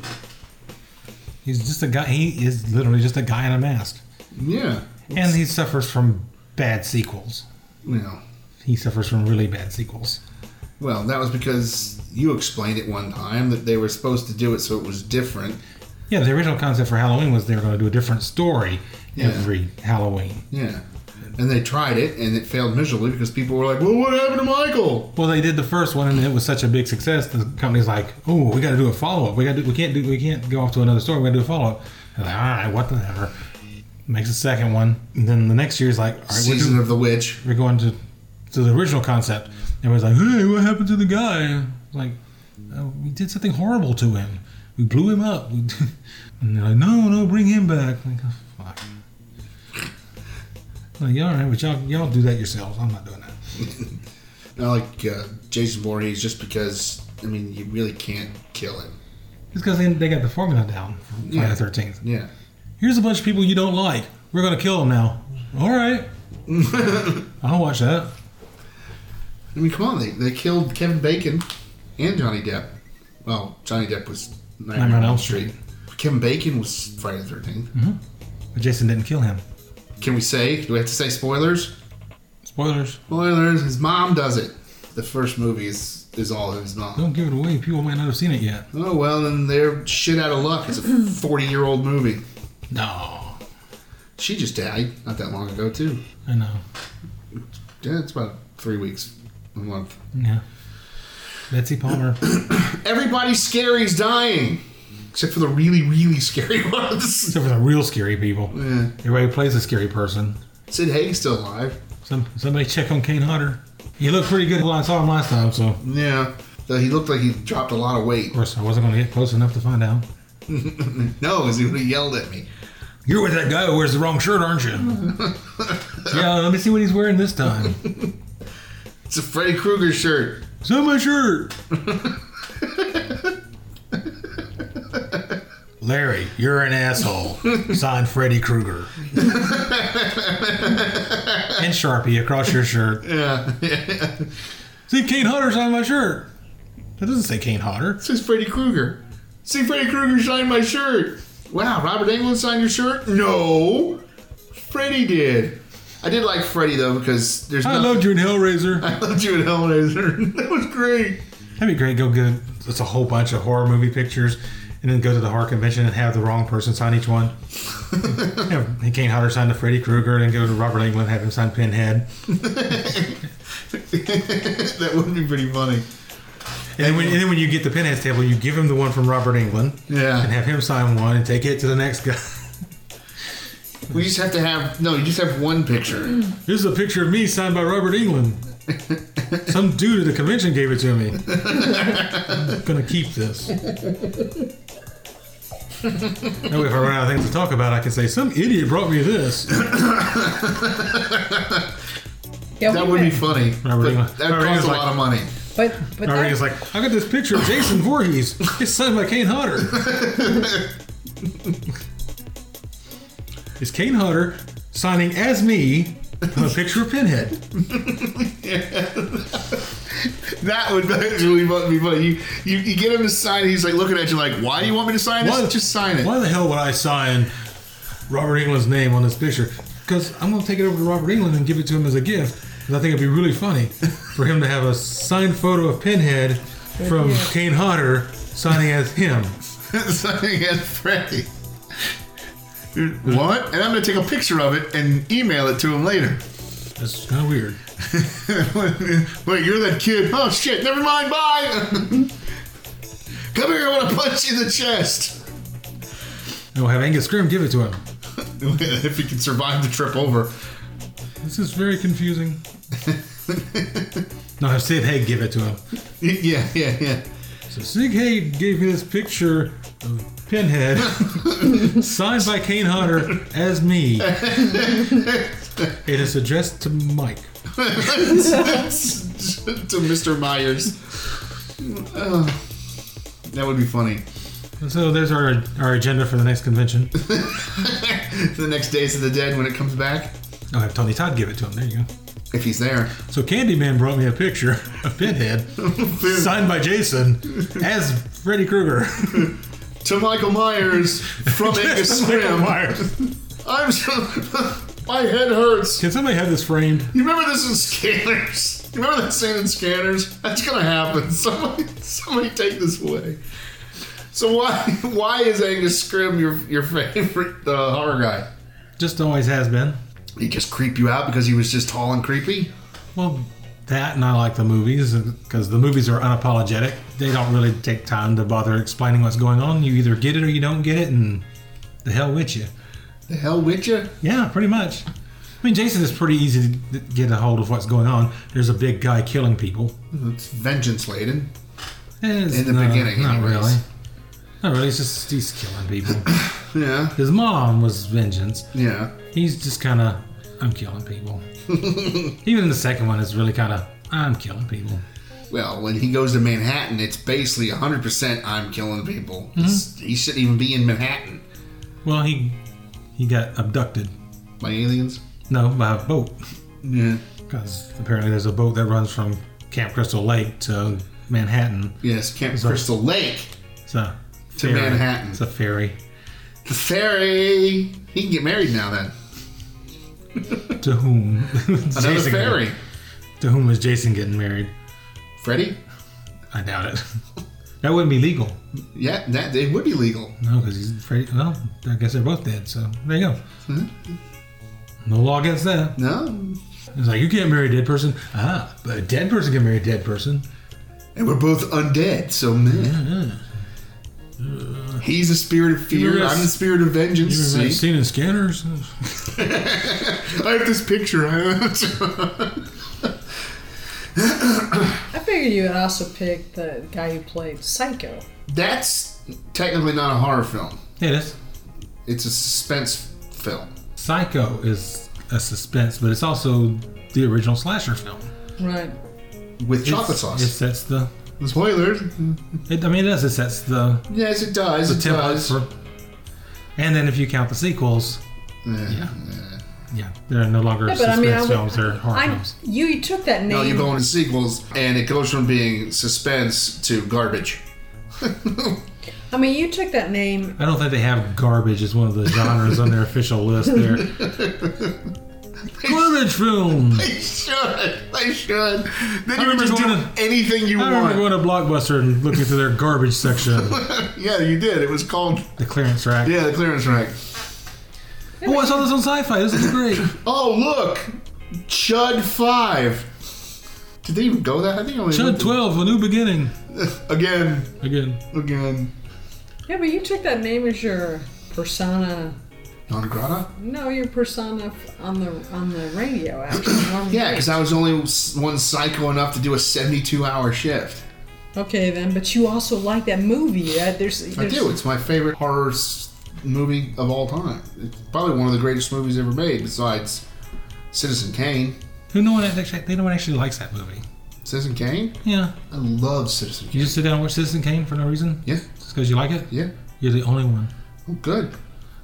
[SPEAKER 2] He's just a guy. He is literally just a guy in a mask.
[SPEAKER 1] Yeah.
[SPEAKER 2] And he suffers from bad sequels.
[SPEAKER 1] You know.
[SPEAKER 2] He suffers from really bad sequels.
[SPEAKER 1] Well, that was because you explained it one time that they were supposed to do it so it was different.
[SPEAKER 2] Yeah, the original concept for Halloween was they were going to do a different story
[SPEAKER 1] Yeah.
[SPEAKER 2] every Halloween.
[SPEAKER 1] Yeah. and they tried it, and it failed miserably because people were like, "Well, what happened to Michael?"
[SPEAKER 2] Well, they did the first one, and it was such a big success. The company's like, "Oh, we got to do a follow up. We got to. We can't do. We can't go off to another store. We got to do a follow up." Like, all right, what the ever. Makes a second one, and then the next year's like, all right, we're,
[SPEAKER 1] Season
[SPEAKER 2] doing,
[SPEAKER 1] of the Witch.
[SPEAKER 2] we're going to to the original concept. Everybody's like, "Hey, what happened to the guy?" Like, oh, we did something horrible to him. We blew him up. We did- and they're like, "No, no, bring him back." Like, oh, fuck. Like, all right, but y'all y'all do that yourselves. I'm not doing that.
[SPEAKER 1] I like uh, Jason Voorhees just because I mean you really can't kill him.
[SPEAKER 2] It's because they, they got the formula down for Friday
[SPEAKER 1] Yeah.
[SPEAKER 2] the 13th.
[SPEAKER 1] Yeah.
[SPEAKER 2] Here's a bunch of people you don't like. We're going to kill them now. All right. I'll watch that.
[SPEAKER 1] I mean, come on, they, they killed Kevin Bacon and Johnny Depp. Well, Johnny Depp was Nightmare on Elm Street. Kevin Bacon was Friday the 13th.
[SPEAKER 2] But Jason didn't kill him.
[SPEAKER 1] Can we say? Do we have to say spoilers?
[SPEAKER 2] Spoilers.
[SPEAKER 1] Spoilers. His mom does it. The first movie is, is all his mom.
[SPEAKER 2] Don't give it away. People might not have seen it yet.
[SPEAKER 1] Oh, well, then they're shit out of luck. It's a 40 year old movie.
[SPEAKER 2] No.
[SPEAKER 1] She just died not that long ago, too.
[SPEAKER 2] I know.
[SPEAKER 1] Yeah, it's about three weeks, a month.
[SPEAKER 2] Yeah. Betsy Palmer.
[SPEAKER 1] Everybody scary's dying. Except for the really, really scary ones.
[SPEAKER 2] Except for the real scary people.
[SPEAKER 1] Yeah.
[SPEAKER 2] Everybody plays a scary person.
[SPEAKER 1] Sid Haig's still alive.
[SPEAKER 2] Some Somebody check on Kane Hodder. He looked pretty good when I saw him last time, so of
[SPEAKER 1] Yeah. Though he looked like he dropped a lot of weight.
[SPEAKER 2] course I wasn't going to get close enough to find out.
[SPEAKER 1] No, because he would have yelled at me.
[SPEAKER 2] You're with that guy who wears the wrong shirt, aren't you? yeah, let me see what he's wearing this time.
[SPEAKER 1] It's a Freddy Krueger shirt.
[SPEAKER 2] It's not my shirt. Larry, you're an asshole. Signed Freddy Krueger. and Sharpie across your shirt.
[SPEAKER 1] Yeah. it
[SPEAKER 2] See, Kane Hodder signed my shirt. That doesn't say Kane Hodder.
[SPEAKER 1] says Freddy Krueger. See Freddy Krueger signed my shirt. Wow, Robert Englund signed your shirt? No. Freddy did. I did like Freddy though because there's
[SPEAKER 2] I
[SPEAKER 1] nothing-
[SPEAKER 2] loved you in Hellraiser.
[SPEAKER 1] I loved you in Hellraiser. that was great.
[SPEAKER 2] That'd be great. Go get it's a whole bunch of horror movie pictures, and then go to the horror convention and have the wrong person sign each one. have Kane Hodder sign the Freddy Krueger, and go to Robert Englund have him sign Pinhead.
[SPEAKER 1] that would be pretty funny.
[SPEAKER 2] And then, when, and then when you get the Pinhead table, you give him the one from Robert Englund,
[SPEAKER 1] Yeah.
[SPEAKER 2] and have him sign one, and take it to the next guy.
[SPEAKER 1] We just have to have no. You just have one picture.
[SPEAKER 2] This is a picture of me signed by Robert Englund. Some dude at the convention gave it to me. I'm gonna keep this. That way, if I run out of things to talk about, I can say some idiot brought me this.
[SPEAKER 3] Yeah,
[SPEAKER 1] That
[SPEAKER 3] we
[SPEAKER 1] would be
[SPEAKER 3] went-
[SPEAKER 1] funny.
[SPEAKER 2] Robert
[SPEAKER 1] but
[SPEAKER 2] Englund.
[SPEAKER 1] that
[SPEAKER 2] Robert
[SPEAKER 1] costs
[SPEAKER 2] Englund's
[SPEAKER 1] a
[SPEAKER 2] like-
[SPEAKER 1] lot of money.
[SPEAKER 3] But but
[SPEAKER 2] Our
[SPEAKER 3] that,
[SPEAKER 2] is like, I got this picture of Jason Voorhees. It's signed by Kane Hodder. It's Kane Hodder signing as me on a picture of Pinhead.
[SPEAKER 1] That would actually be funny. You, you, you get him to sign. He's like looking at you like, "Why do you want me to sign this? Just sign it."
[SPEAKER 2] Why the hell would I sign Robert England's name on this picture? Because I'm going to take it over to Robert England and give it to him as a gift. 'cause I think it'd be really funny for him to have a signed photo of Pinhead from Kane Hodder signing as him.
[SPEAKER 1] Signing at Freddy. What? And I'm gonna take a picture of it and email it to him later.
[SPEAKER 2] That's kind of weird.
[SPEAKER 1] Wait, you're that kid? Oh shit! Never mind. Bye. Come here. I want to punch you in the chest.
[SPEAKER 2] And we'll have Angus Grimm give it to him.
[SPEAKER 1] if he can survive the trip over.
[SPEAKER 2] This is very confusing. no, have Sid Haig give it to him.
[SPEAKER 1] Yeah, yeah, yeah.
[SPEAKER 2] So Sid Haig gave me this picture of Pinhead signed by Kane Hunter as me. it is addressed to Mike.
[SPEAKER 1] to Mr. Myers. Oh, that would be funny.
[SPEAKER 2] And so there's our, our agenda for the next convention.
[SPEAKER 1] the next Days of the Dead when it comes back,
[SPEAKER 2] I'll have Oh, Tony Todd give it to him. There you go.
[SPEAKER 1] if he's there.
[SPEAKER 2] So Candyman brought me a picture of Pinhead signed by Jason as Freddy Krueger.
[SPEAKER 1] To Michael Myers from Angus
[SPEAKER 2] Michael
[SPEAKER 1] Scrim.
[SPEAKER 2] Myers.
[SPEAKER 1] I'm so. My head hurts.
[SPEAKER 2] Can somebody have this framed?
[SPEAKER 1] You remember this in Scanners? You remember that scene in Scanners? That's gonna happen. Somebody, somebody take this away. So why, why is Angus Scrim your your favorite uh, horror guy?
[SPEAKER 2] Just always has been.
[SPEAKER 1] He just creep you out because he was just tall and creepy.
[SPEAKER 2] Well, that and I like the movies because the movies are unapologetic. They don't really take time to bother explaining what's going on. You either get it or you don't get it, and the hell with you.
[SPEAKER 1] The hell with you?
[SPEAKER 2] Yeah, pretty much. I mean, Jason is pretty easy to get a hold of what's going on. There's a big guy killing people.
[SPEAKER 1] It's vengeance laden.
[SPEAKER 2] It's
[SPEAKER 1] In the
[SPEAKER 2] not-
[SPEAKER 1] beginning,
[SPEAKER 2] not
[SPEAKER 1] anyways.
[SPEAKER 2] really. Not really. It's just he's killing people.
[SPEAKER 1] Yeah,
[SPEAKER 2] His mom was vengeance.
[SPEAKER 1] yeah.
[SPEAKER 2] He's just kind of, I'm killing people. Even the second one is really kind of, I'm killing people.
[SPEAKER 1] Well, when he goes to Manhattan, it's basically 100% I'm killing people. It's, he shouldn't even be in Manhattan.
[SPEAKER 2] Well, he he got abducted.
[SPEAKER 1] By aliens?
[SPEAKER 2] No, by a boat.
[SPEAKER 1] Yeah.
[SPEAKER 2] Because apparently there's a boat that runs from Camp Crystal Lake to Manhattan.
[SPEAKER 1] Yes, Camp Crystal Lake.
[SPEAKER 2] It's a
[SPEAKER 1] To
[SPEAKER 2] ferry.
[SPEAKER 1] Manhattan.
[SPEAKER 2] It's a ferry.
[SPEAKER 1] The ferry. He can get married now then.
[SPEAKER 2] To whom?
[SPEAKER 1] Another
[SPEAKER 2] Jason getting-
[SPEAKER 1] ferry.
[SPEAKER 2] to whom is Jason getting married?
[SPEAKER 1] Freddie?
[SPEAKER 2] I doubt it. that wouldn't be legal.
[SPEAKER 1] Yeah, that it would be legal.
[SPEAKER 2] No, because he's afraid. Well, I guess they're both dead. So there you go.
[SPEAKER 1] Hmm?
[SPEAKER 2] No law against that.
[SPEAKER 1] No.
[SPEAKER 2] It's like you can't marry a dead person. Ah, but a dead person can marry a dead person.
[SPEAKER 1] And we're both undead, so man. He's a spirit of
[SPEAKER 2] You
[SPEAKER 1] fear.
[SPEAKER 2] remember-
[SPEAKER 1] I'm the spirit of vengeance.
[SPEAKER 2] You ever
[SPEAKER 1] See?
[SPEAKER 2] been seen in scanners?
[SPEAKER 1] I have this picture.
[SPEAKER 3] I figured you would also pick the guy who played Psycho.
[SPEAKER 1] That's technically not a horror film.
[SPEAKER 2] Yeah, it is.
[SPEAKER 1] It's a suspense film.
[SPEAKER 2] Psycho is a suspense, but it's also the original slasher film.
[SPEAKER 3] Right.
[SPEAKER 1] With
[SPEAKER 2] It's-
[SPEAKER 1] chocolate sauce.
[SPEAKER 2] It sets the.
[SPEAKER 1] Spoilers.
[SPEAKER 2] It, I mean, it does. It sets the,
[SPEAKER 1] Yes, it does.
[SPEAKER 2] the
[SPEAKER 1] it
[SPEAKER 2] template
[SPEAKER 1] does.
[SPEAKER 2] for. And then if you count the sequels,
[SPEAKER 1] Yeah.
[SPEAKER 2] yeah, they're no longer
[SPEAKER 3] Yeah, but I
[SPEAKER 2] suspense
[SPEAKER 3] mean, I would-
[SPEAKER 2] films. They're horror
[SPEAKER 3] I
[SPEAKER 2] films.
[SPEAKER 3] you took that name.
[SPEAKER 1] No, you're going to sequels, and it goes from being suspense to garbage.
[SPEAKER 3] I mean, you took that name.
[SPEAKER 2] I don't think they have garbage as one of the genres on their official list. There, garbage film.
[SPEAKER 1] They should. They should. Then you
[SPEAKER 2] remember
[SPEAKER 1] can just do
[SPEAKER 2] going to-
[SPEAKER 1] anything you
[SPEAKER 2] I
[SPEAKER 1] want.
[SPEAKER 2] remember going to Blockbuster and looking through their garbage section,
[SPEAKER 1] Yeah, you did. It was called.
[SPEAKER 2] the clearance rack.
[SPEAKER 1] Yeah, the clearance rack.
[SPEAKER 2] Oh, I saw this on Sci-Fi. This is great.
[SPEAKER 1] Oh look, Chud Five. Did they even go that? I think I only
[SPEAKER 2] Chud Twelve: A New Beginning.
[SPEAKER 1] again,
[SPEAKER 2] Again,
[SPEAKER 1] again.
[SPEAKER 3] Yeah, but you took that name as your persona.
[SPEAKER 1] Non grata.
[SPEAKER 3] No, your persona f- on the on the radio. Actually, on the
[SPEAKER 1] Yeah,
[SPEAKER 3] radio.
[SPEAKER 1] because I was only one psycho enough to do a seventy-two hour shift.
[SPEAKER 3] Okay, then. But you also like that movie. Uh, there's,
[SPEAKER 1] I
[SPEAKER 3] there's
[SPEAKER 1] do. It's my favorite horror s- movie of all time. It's probably one of the greatest movies ever made, besides Citizen Kane.
[SPEAKER 2] who no one actually no one actually likes that movie.
[SPEAKER 1] Citizen Kane.
[SPEAKER 2] Yeah,
[SPEAKER 1] I love Citizen
[SPEAKER 2] you
[SPEAKER 1] Kane.
[SPEAKER 2] just sit down and watch Citizen Kane for no reason,
[SPEAKER 1] Yeah,
[SPEAKER 2] just because you like it.
[SPEAKER 1] yeah.
[SPEAKER 2] You're the only one.
[SPEAKER 1] Oh, good.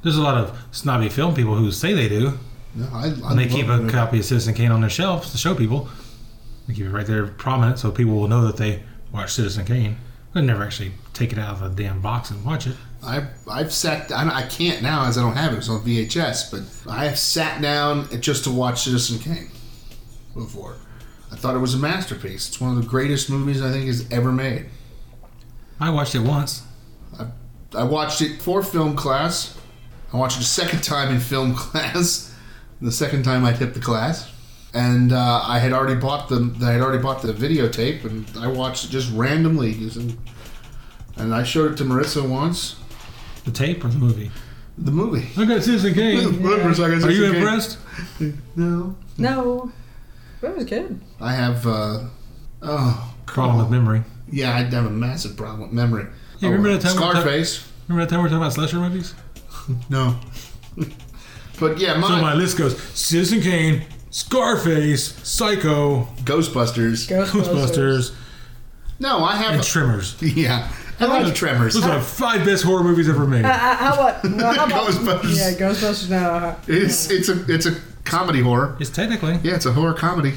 [SPEAKER 2] There's a lot of snobby film people who say they do,
[SPEAKER 1] No, I, I
[SPEAKER 2] and they
[SPEAKER 1] love
[SPEAKER 2] keep
[SPEAKER 1] that
[SPEAKER 2] a
[SPEAKER 1] movie.
[SPEAKER 2] copy of Citizen Kane on their shelves to show people. They keep it right there prominent so people will know that they watch Citizen Kane. They never actually take it out of the damn box and watch it.
[SPEAKER 1] I've, I've sat I, don't- I can't now as I don't have it. It's on VHS, but I have sat down just to watch Citizen Kane before. I thought it was a masterpiece. It's one of the greatest movies I think is ever made.
[SPEAKER 2] I watched it once.
[SPEAKER 1] I watched it for film class. I watched it a second time in film class. The second time I tipped the class, and uh, I had already bought the I had already bought the videotape, and I watched it just randomly. And, and I showed it to Marissa once.
[SPEAKER 2] The tape or the movie?
[SPEAKER 1] The movie.
[SPEAKER 2] Look at Citizen Kane.
[SPEAKER 1] Whatever, so I guess
[SPEAKER 2] Are you
[SPEAKER 1] it's okay.
[SPEAKER 2] impressed?
[SPEAKER 1] No.
[SPEAKER 3] no. That was good.
[SPEAKER 1] I have. Uh, oh,
[SPEAKER 2] Problem with memory.
[SPEAKER 1] yeah, I have a massive problem with memory. Oh,
[SPEAKER 2] Hey, remember that time we talked-
[SPEAKER 1] Scarface?
[SPEAKER 2] Remember that time we were talking about slasher movies?
[SPEAKER 1] No. but yeah,
[SPEAKER 2] So
[SPEAKER 1] my,
[SPEAKER 2] my list goes Citizen Kane, Scarface, Psycho,
[SPEAKER 1] Ghostbusters.
[SPEAKER 3] Ghostbusters.
[SPEAKER 2] Ghostbusters,
[SPEAKER 1] No, I
[SPEAKER 2] and
[SPEAKER 1] have.
[SPEAKER 2] Tremors.
[SPEAKER 1] yeah, I like the Tremors.
[SPEAKER 2] Those are the five best horror movies ever made.
[SPEAKER 3] Uh, uh, how about, no, how about
[SPEAKER 1] Ghostbusters.
[SPEAKER 3] Yeah, Ghostbusters. No, uh,
[SPEAKER 1] It's it's a it's a comedy horror.
[SPEAKER 2] It's technically
[SPEAKER 1] Yeah, it's a horror comedy.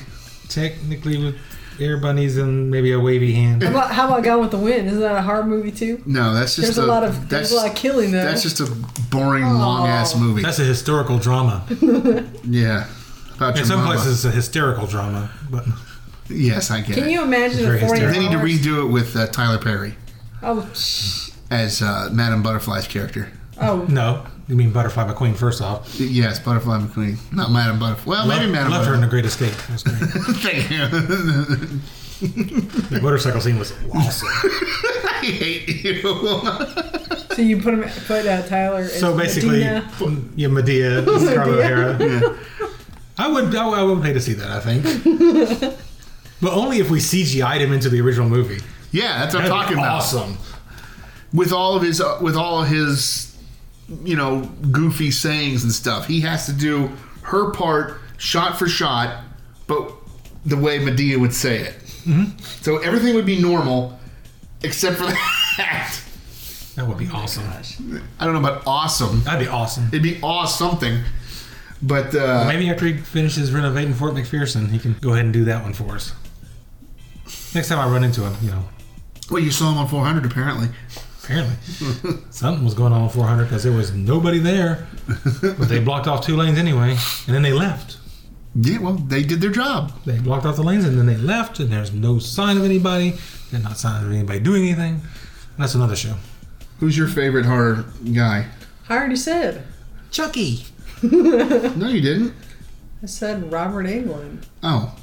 [SPEAKER 2] technically with air bunnies and maybe a wavy hand.
[SPEAKER 3] How about, how about Gone with the Wind? Isn't that a horror movie too?
[SPEAKER 1] No, that's just
[SPEAKER 3] There's a lot of
[SPEAKER 1] that's
[SPEAKER 3] there's a lot of killing though.
[SPEAKER 1] that's just a boring long ass movie.
[SPEAKER 2] That's a historical drama.
[SPEAKER 1] yeah, about
[SPEAKER 2] In
[SPEAKER 1] your
[SPEAKER 2] some
[SPEAKER 1] mama.
[SPEAKER 2] places, it's a hysterical drama. But
[SPEAKER 1] Yes, I get
[SPEAKER 3] Can
[SPEAKER 1] it.
[SPEAKER 3] you imagine
[SPEAKER 2] Very
[SPEAKER 3] a forty
[SPEAKER 2] hysterical.
[SPEAKER 1] They need to redo it with uh, Tyler Perry
[SPEAKER 3] Oh, shh.
[SPEAKER 1] as uh, Madame Butterfly's character.
[SPEAKER 3] Oh,
[SPEAKER 2] No, you mean Butterfly by Queen first off.
[SPEAKER 1] Yes, Butterfly McQueen. Not Madam Butterfly. Well, maybe
[SPEAKER 2] left,
[SPEAKER 1] Madam
[SPEAKER 2] left her in
[SPEAKER 1] Butterfly.
[SPEAKER 2] the Great Escape. That's great.
[SPEAKER 1] Thank you.
[SPEAKER 2] the motorcycle scene was awesome.
[SPEAKER 1] I hate you.
[SPEAKER 3] so you put him, put uh, Tyler. as
[SPEAKER 2] so basically,
[SPEAKER 3] Medina.
[SPEAKER 2] yeah, Medea, Scarlett O'Hara. I would, I would, I would pay to see that. I think, but only if we CGI'd him into the original movie.
[SPEAKER 1] Yeah, that's what I'm
[SPEAKER 2] That'd be
[SPEAKER 1] talking about.
[SPEAKER 2] awesome.
[SPEAKER 1] With all of his, uh, with all of his, you know, goofy sayings and stuff, he has to do her part shot for shot, but the way Medea would say it. So everything would be normal, except for that.
[SPEAKER 2] That would be awesome.
[SPEAKER 1] I don't know about awesome.
[SPEAKER 2] That'd be awesome.
[SPEAKER 1] It'd be aw something, but uh,
[SPEAKER 2] Maybe after he finishes renovating Fort McPherson, he can go ahead and do that one for us. Next time I run into him, you know,
[SPEAKER 1] well, you saw him on 400 apparently.
[SPEAKER 2] apparently something was going on on 400 because there was nobody there, but they blocked off two lanes anyway, and then they left.
[SPEAKER 1] Yeah, well, they did their job.
[SPEAKER 2] They blocked off the lanes and then they left, and there's no sign of anybody. There's not sign of anybody doing anything. And that's another show.
[SPEAKER 1] Who's your favorite horror guy?
[SPEAKER 3] I already said.
[SPEAKER 2] Chucky.
[SPEAKER 1] No, you didn't.
[SPEAKER 3] I said Robert Englund.
[SPEAKER 1] Oh,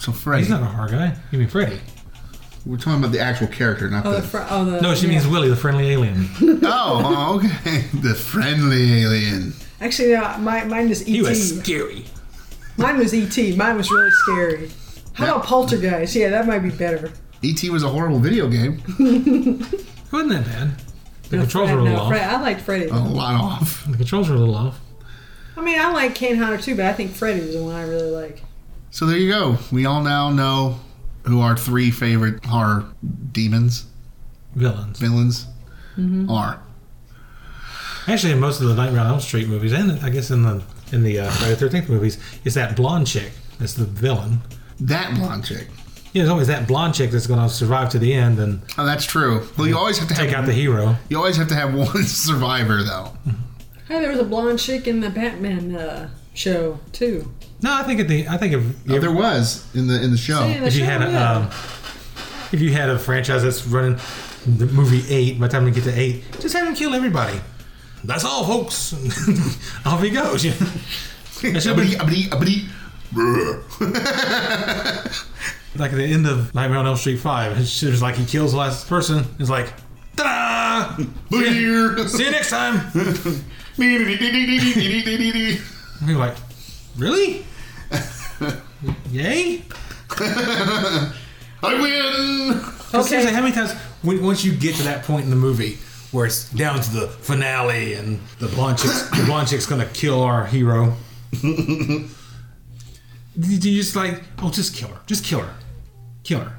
[SPEAKER 1] so Freddy.
[SPEAKER 2] He's not a horror guy. You mean Freddy?
[SPEAKER 1] We're talking about the actual character, not
[SPEAKER 3] Oh, the
[SPEAKER 1] the.
[SPEAKER 3] fr- oh, the
[SPEAKER 2] No, she
[SPEAKER 3] yeah.
[SPEAKER 2] means Willie, the friendly alien.
[SPEAKER 1] oh, oh, okay. The friendly alien.
[SPEAKER 3] Actually, no, my, mine is
[SPEAKER 2] He was
[SPEAKER 3] ET.
[SPEAKER 2] scary.
[SPEAKER 3] Mine was ET. Mine was really scary. How
[SPEAKER 1] Yeah.
[SPEAKER 3] about Poltergeist? Yeah, that might be better.
[SPEAKER 1] E.T. E was a horrible video game.
[SPEAKER 2] It wasn't that bad. The
[SPEAKER 3] No,
[SPEAKER 2] controls
[SPEAKER 3] Fred-
[SPEAKER 2] were a little
[SPEAKER 3] no,
[SPEAKER 2] off.
[SPEAKER 3] Fred- I liked Freddy.
[SPEAKER 1] A lot off.
[SPEAKER 2] The controls were a little off.
[SPEAKER 3] I mean, I like Kane Hunter too, but I think Freddy was the one I really like.
[SPEAKER 1] So there you go. We all now know who our three favorite horror demons,
[SPEAKER 2] Villains.
[SPEAKER 1] villains are.
[SPEAKER 2] Actually, in most of the Nightmare on Elm Street movies, and I guess in the in the uh, Friday the 13th movies, it's that blonde chick that's the villain.
[SPEAKER 1] That blonde chick.
[SPEAKER 2] Yeah, there's always that blonde chick that's going to survive to the end and
[SPEAKER 1] Oh, that's true. Well, you always have to have
[SPEAKER 2] take out the hero.
[SPEAKER 1] you always have to have one survivor, though.
[SPEAKER 3] Hey, there was a blonde chick in the Batman uh, show too.
[SPEAKER 2] No, I think at the I think if
[SPEAKER 1] Oh, there was in the in the show.
[SPEAKER 3] See, in the
[SPEAKER 2] if you
[SPEAKER 3] show,
[SPEAKER 2] had a
[SPEAKER 3] yeah.
[SPEAKER 2] um, if you had a franchise that's running the movie eight by the time you get to eight just have him kill everybody that's all folks off he goes you know. It should've
[SPEAKER 1] Abri-
[SPEAKER 2] been
[SPEAKER 1] abri- abri- brr.
[SPEAKER 2] like at the end of Nightmare on Elm Street five it's just like he kills the last person it's like ta-da
[SPEAKER 1] Blear.
[SPEAKER 2] see you next time and
[SPEAKER 1] That's
[SPEAKER 2] you're like really yay
[SPEAKER 1] I win.
[SPEAKER 2] Because
[SPEAKER 3] Okay.
[SPEAKER 2] Seriously, how many times when, once you get to that point in the movie where it's down to the finale and the blonde chick's, the blonde chick's gonna kill our hero? you just like, oh, just kill her, just kill her, kill her,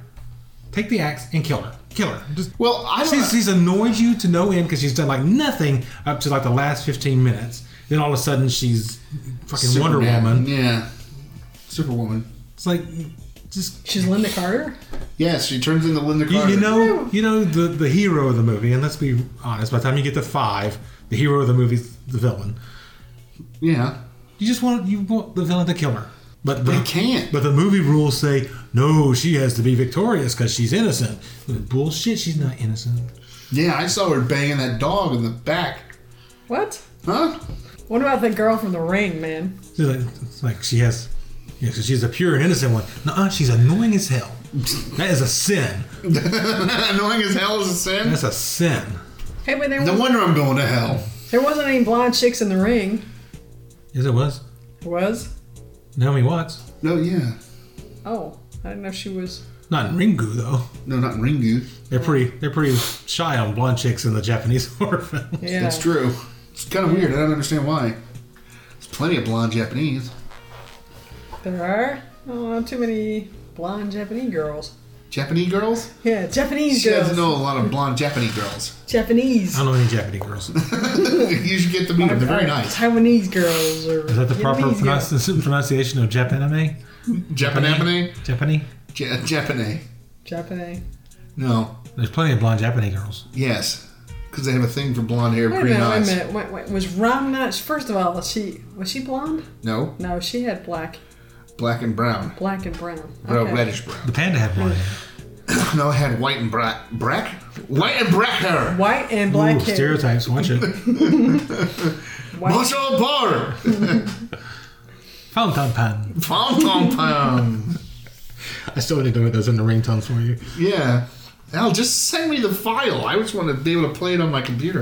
[SPEAKER 2] take the axe and kill her, kill her. Just,
[SPEAKER 1] Well, I don't.
[SPEAKER 2] she's, she's annoyed you to no end because she's done like nothing up to like the last fifteen minutes. Then all of a sudden she's fucking Wonder
[SPEAKER 1] Superman.
[SPEAKER 2] Woman.
[SPEAKER 1] Yeah. Superwoman.
[SPEAKER 2] It's like just
[SPEAKER 3] She's Linda Carter.
[SPEAKER 1] Yes, she turns into Linda
[SPEAKER 2] You,
[SPEAKER 1] Carter.
[SPEAKER 2] you know, you know the the hero of the movie, and let's be honest. By the time you get to five, the hero of the movie's the villain.
[SPEAKER 1] Yeah.
[SPEAKER 2] You just want you want the villain to kill her, but
[SPEAKER 1] They
[SPEAKER 2] the,
[SPEAKER 1] can't.
[SPEAKER 2] But the movie rules say no, she has to be victorious because she's innocent. Bullshit, she's not innocent.
[SPEAKER 1] Yeah, I saw her banging that dog in the back.
[SPEAKER 3] What?
[SPEAKER 1] Huh?
[SPEAKER 3] What about the girl from The Ring, man?
[SPEAKER 2] She's like, it's like she has, yeah, 'cause she's a pure and innocent one. Nuh-uh, she's annoying as hell. That is a sin.
[SPEAKER 1] Annoying as hell is a sin.
[SPEAKER 2] That's a sin.
[SPEAKER 3] Hey, but there,
[SPEAKER 1] No
[SPEAKER 3] was,
[SPEAKER 1] wonder I'm going to hell.
[SPEAKER 3] there wasn't any blonde chicks in The Ring.
[SPEAKER 2] Yes, it was
[SPEAKER 3] There was?
[SPEAKER 2] Naomi Watts.
[SPEAKER 1] No, yeah.
[SPEAKER 3] Oh, I didn't know she was.
[SPEAKER 2] Not in Ringu though.
[SPEAKER 1] No, not Ringu.
[SPEAKER 2] They're pretty. They're pretty shy on blonde chicks in the Japanese horror films.
[SPEAKER 3] Yeah.
[SPEAKER 1] That's true. It's kind of weird. I don't understand why. There's plenty of blonde Japanese.
[SPEAKER 3] There are oh, not too many blonde Japanese girls.
[SPEAKER 1] Japanese girls?
[SPEAKER 3] Yeah, Japanese
[SPEAKER 1] She
[SPEAKER 3] girls.
[SPEAKER 1] doesn't know a lot of blonde Japanese girls.
[SPEAKER 3] Japanese.
[SPEAKER 2] I don't know any Japanese girls. Is
[SPEAKER 1] you should get to meet them. They're very nice.
[SPEAKER 3] Taiwanese girls or
[SPEAKER 2] that the proper
[SPEAKER 3] Vietnamese girls.
[SPEAKER 2] pronunci- pronunciation of Japaname?
[SPEAKER 1] Japanese?
[SPEAKER 2] Japanese?
[SPEAKER 1] Ja- Japanese.
[SPEAKER 3] Japanese.
[SPEAKER 1] No.
[SPEAKER 2] There's plenty of blonde Japanese girls.
[SPEAKER 1] Yes. Because they have a thing for blonde hair,
[SPEAKER 3] Wait a
[SPEAKER 1] green
[SPEAKER 3] minute, wait a
[SPEAKER 1] eyes.
[SPEAKER 3] minute. Wait, wait, was Ramnath, first of all, she was she blonde?
[SPEAKER 1] No.
[SPEAKER 3] No, she had black,
[SPEAKER 1] Black and brown.
[SPEAKER 3] black and brown.
[SPEAKER 1] Or
[SPEAKER 3] Okay.
[SPEAKER 1] reddish brown.
[SPEAKER 2] The panda had blonde hair.
[SPEAKER 1] no, I had white and bra- brack, white and bracker,
[SPEAKER 3] White and black
[SPEAKER 2] Ooh,
[SPEAKER 3] hair.
[SPEAKER 2] stereotypes. Watch it.
[SPEAKER 3] White-
[SPEAKER 1] muscle bar,
[SPEAKER 2] Fountain pan.
[SPEAKER 1] pom pom pom.
[SPEAKER 2] I still need to make those into ringtones for you.
[SPEAKER 1] Yeah, Al, just send me the file. I just want to be able to play it on my computer.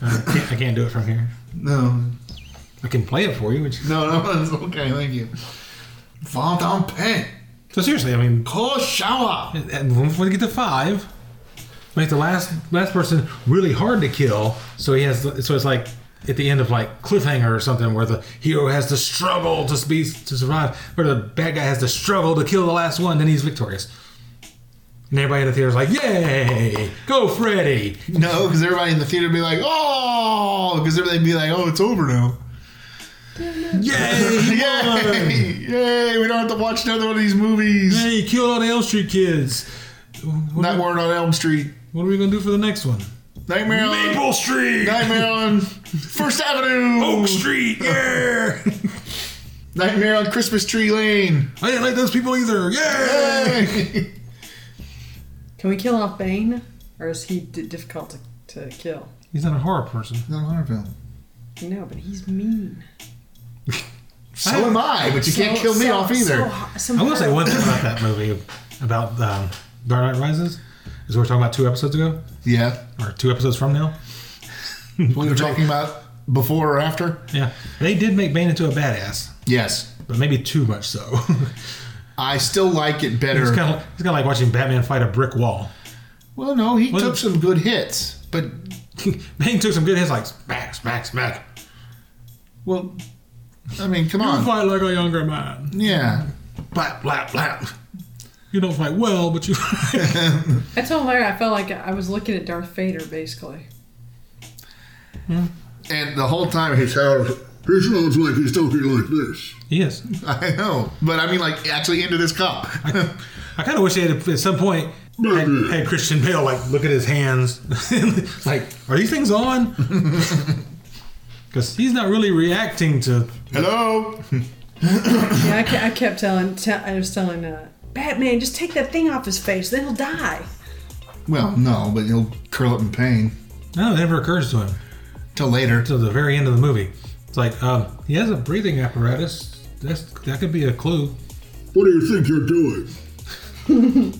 [SPEAKER 2] Uh, I can't- I can't do it from here.
[SPEAKER 1] No,
[SPEAKER 2] I can play it for you. Which,
[SPEAKER 1] no, no. It's okay, thank you. Vendant pain,
[SPEAKER 2] so seriously, I mean,
[SPEAKER 1] cold shower.
[SPEAKER 2] and- and before they get to five, make the last last person really hard to kill. So he has. The, so it's like at the end of like cliffhanger or something, where the hero has to struggle to be to survive, where the bad guy has to struggle to kill the last one, then he's victorious. And everybody in the theater's like, "Yay, go Freddy!"
[SPEAKER 1] No, because everybody in the theater would be like, oh, because everybody'd be like, oh, it's over now.
[SPEAKER 2] Yay! he won!
[SPEAKER 1] Yay! Yay! We don't have to watch another one of these movies.
[SPEAKER 2] Hey, you killed all the Elm Street kids. What,
[SPEAKER 1] That word on Elm Street.
[SPEAKER 2] what are we gonna do for the next one?
[SPEAKER 1] Nightmare on
[SPEAKER 2] Street,
[SPEAKER 1] Nightmare on First Avenue.
[SPEAKER 2] Street. Yeah,
[SPEAKER 1] Nightmare on Christmas Tree Lane.
[SPEAKER 2] I didn't like those people either. Yeah.
[SPEAKER 1] Yay!
[SPEAKER 3] Can we kill off Bane? Or is he d- difficult to, to kill?
[SPEAKER 2] He's not a horror person.
[SPEAKER 1] Not a horror film.
[SPEAKER 3] No, but he's mean.
[SPEAKER 1] So am I, but you can't
[SPEAKER 3] So-
[SPEAKER 1] kill me
[SPEAKER 3] so-
[SPEAKER 1] off either.
[SPEAKER 3] so ho- some
[SPEAKER 2] I will say
[SPEAKER 3] horror-
[SPEAKER 2] one thing about that movie, about um, Dark Knight Rises, is we were talking about two episodes ago,
[SPEAKER 1] yeah.
[SPEAKER 2] or two episodes from now.
[SPEAKER 1] We were talking about before or after.
[SPEAKER 2] Yeah, they did make Bane into a badass,
[SPEAKER 1] Yes.
[SPEAKER 2] but maybe too much so.
[SPEAKER 1] I still like it better.
[SPEAKER 2] it's kind of it's kind of like watching Batman fight a brick wall.
[SPEAKER 1] well, no, he
[SPEAKER 2] Well-
[SPEAKER 1] took some good hits, but
[SPEAKER 2] Bane took some good hits, like smack, smack, smack.
[SPEAKER 1] well, I mean, come
[SPEAKER 2] You
[SPEAKER 1] on.
[SPEAKER 2] fight like a younger man.
[SPEAKER 1] Yeah.
[SPEAKER 2] Blap, blap, blap. You don't fight well, but you.
[SPEAKER 3] I told Larry I felt like I was looking at Darth Vader, basically.
[SPEAKER 1] And the whole time he sounds, he sounds like he's talking like this.
[SPEAKER 2] yes.
[SPEAKER 1] I know, but I mean, like actually into this cup.
[SPEAKER 2] I kind of wish they had, at some point, had, had Christian Bale, like, look at his hands. like, are these things on? Because he's not really reacting to.
[SPEAKER 1] Hello.
[SPEAKER 3] Yeah, I, ke- I kept telling, te- I was telling uh, Batman, just take that thing off his face, then he'll die.
[SPEAKER 1] Well, no, but he'll curl up in pain
[SPEAKER 2] No, it never occurs to him
[SPEAKER 1] till later.
[SPEAKER 2] until the very end of the movie. It's like, um, he has a breathing apparatus. That's, that could be a clue.
[SPEAKER 4] What do you think you're doing?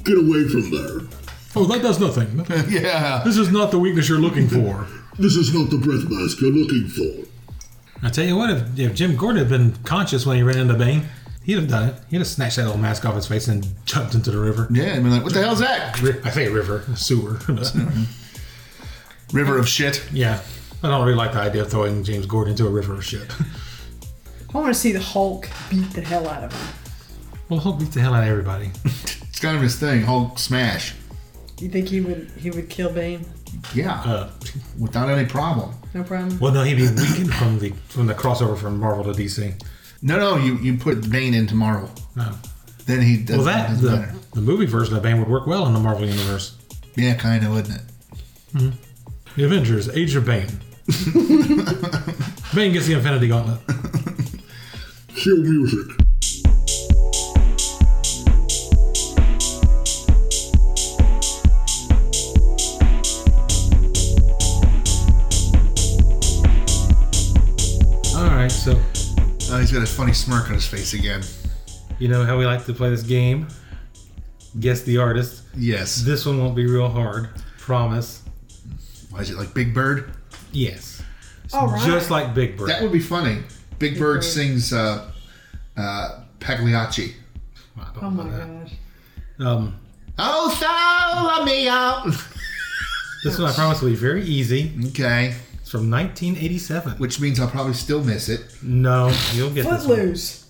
[SPEAKER 4] Get away from there.
[SPEAKER 2] Oh, that does nothing.
[SPEAKER 1] Yeah.
[SPEAKER 2] This is not the weakness you're looking for.
[SPEAKER 4] This is not the breath mask you're looking for.
[SPEAKER 2] I tell you what, if, if Jim Gordon had been conscious when he ran into Bane, he'd have done it. He'd have snatched that little mask off his face and jumped into the river.
[SPEAKER 1] Yeah, and be like, what the hell's that?
[SPEAKER 2] Ri- I say river, sewer.
[SPEAKER 1] River of shit.
[SPEAKER 2] yeah, I don't really like the idea of throwing James Gordon into a river or shit.
[SPEAKER 3] I want to see the Hulk beat the hell out of him.
[SPEAKER 2] well, Hulk beats the hell out of everybody.
[SPEAKER 1] It's kind of his thing. Hulk smash.
[SPEAKER 3] You think he would he would kill Bane?
[SPEAKER 1] Yeah,
[SPEAKER 2] Uh,
[SPEAKER 1] without any problem.
[SPEAKER 3] No problem.
[SPEAKER 2] well, no, he'd be weakened from the from the crossover from Marvel to DC.
[SPEAKER 1] No, no, you you put Bane into Marvel.
[SPEAKER 2] No.
[SPEAKER 1] Then he does,
[SPEAKER 2] Oh. Well, that
[SPEAKER 1] doesn't
[SPEAKER 2] the,
[SPEAKER 1] matter.
[SPEAKER 2] the movie version of Bane would work well in the Marvel universe.
[SPEAKER 1] Yeah, kind of, wouldn't it?
[SPEAKER 2] The Avengers: Age of Bane. Bane gets the Infinity Gauntlet.
[SPEAKER 4] Cue music.
[SPEAKER 2] All right, so
[SPEAKER 1] Oh, he's got a funny smirk on his face again.
[SPEAKER 2] you know how we like to play this game. Guess the artist.
[SPEAKER 1] Yes.
[SPEAKER 2] This one won't be real hard. Promise.
[SPEAKER 1] Why is it like Big Bird?
[SPEAKER 2] Yes. It's
[SPEAKER 3] All right.
[SPEAKER 2] Just like Big Bird.
[SPEAKER 1] That would be funny. Big Bird
[SPEAKER 3] Bird.
[SPEAKER 1] sings uh, uh, Pagliacci.
[SPEAKER 2] I don't
[SPEAKER 3] Oh
[SPEAKER 2] know
[SPEAKER 3] my
[SPEAKER 2] that.
[SPEAKER 3] gosh.
[SPEAKER 2] Um,
[SPEAKER 1] Oh, so me out.
[SPEAKER 2] this one I promise will be very easy.
[SPEAKER 1] okay,
[SPEAKER 2] It's from 1987.
[SPEAKER 1] which means I'll probably still miss it.
[SPEAKER 2] No, you'll get this one.
[SPEAKER 3] Footloose.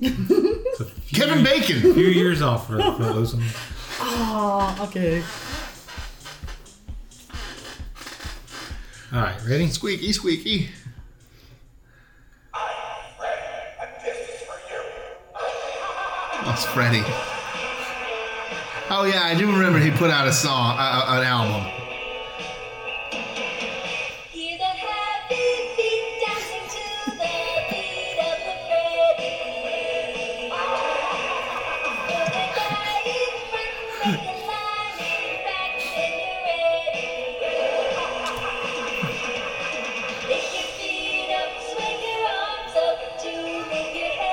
[SPEAKER 2] It's a few,
[SPEAKER 1] Kevin Bacon.
[SPEAKER 2] few years off for Footloose.
[SPEAKER 3] Oh, okay.
[SPEAKER 2] All right, ready?
[SPEAKER 1] Squeaky, squeaky. That's Freddie. Oh yeah, I do remember he put out a song, uh, an album.
[SPEAKER 5] Hear the happy feet dancing to the beat of the Freddy. Everybody's friends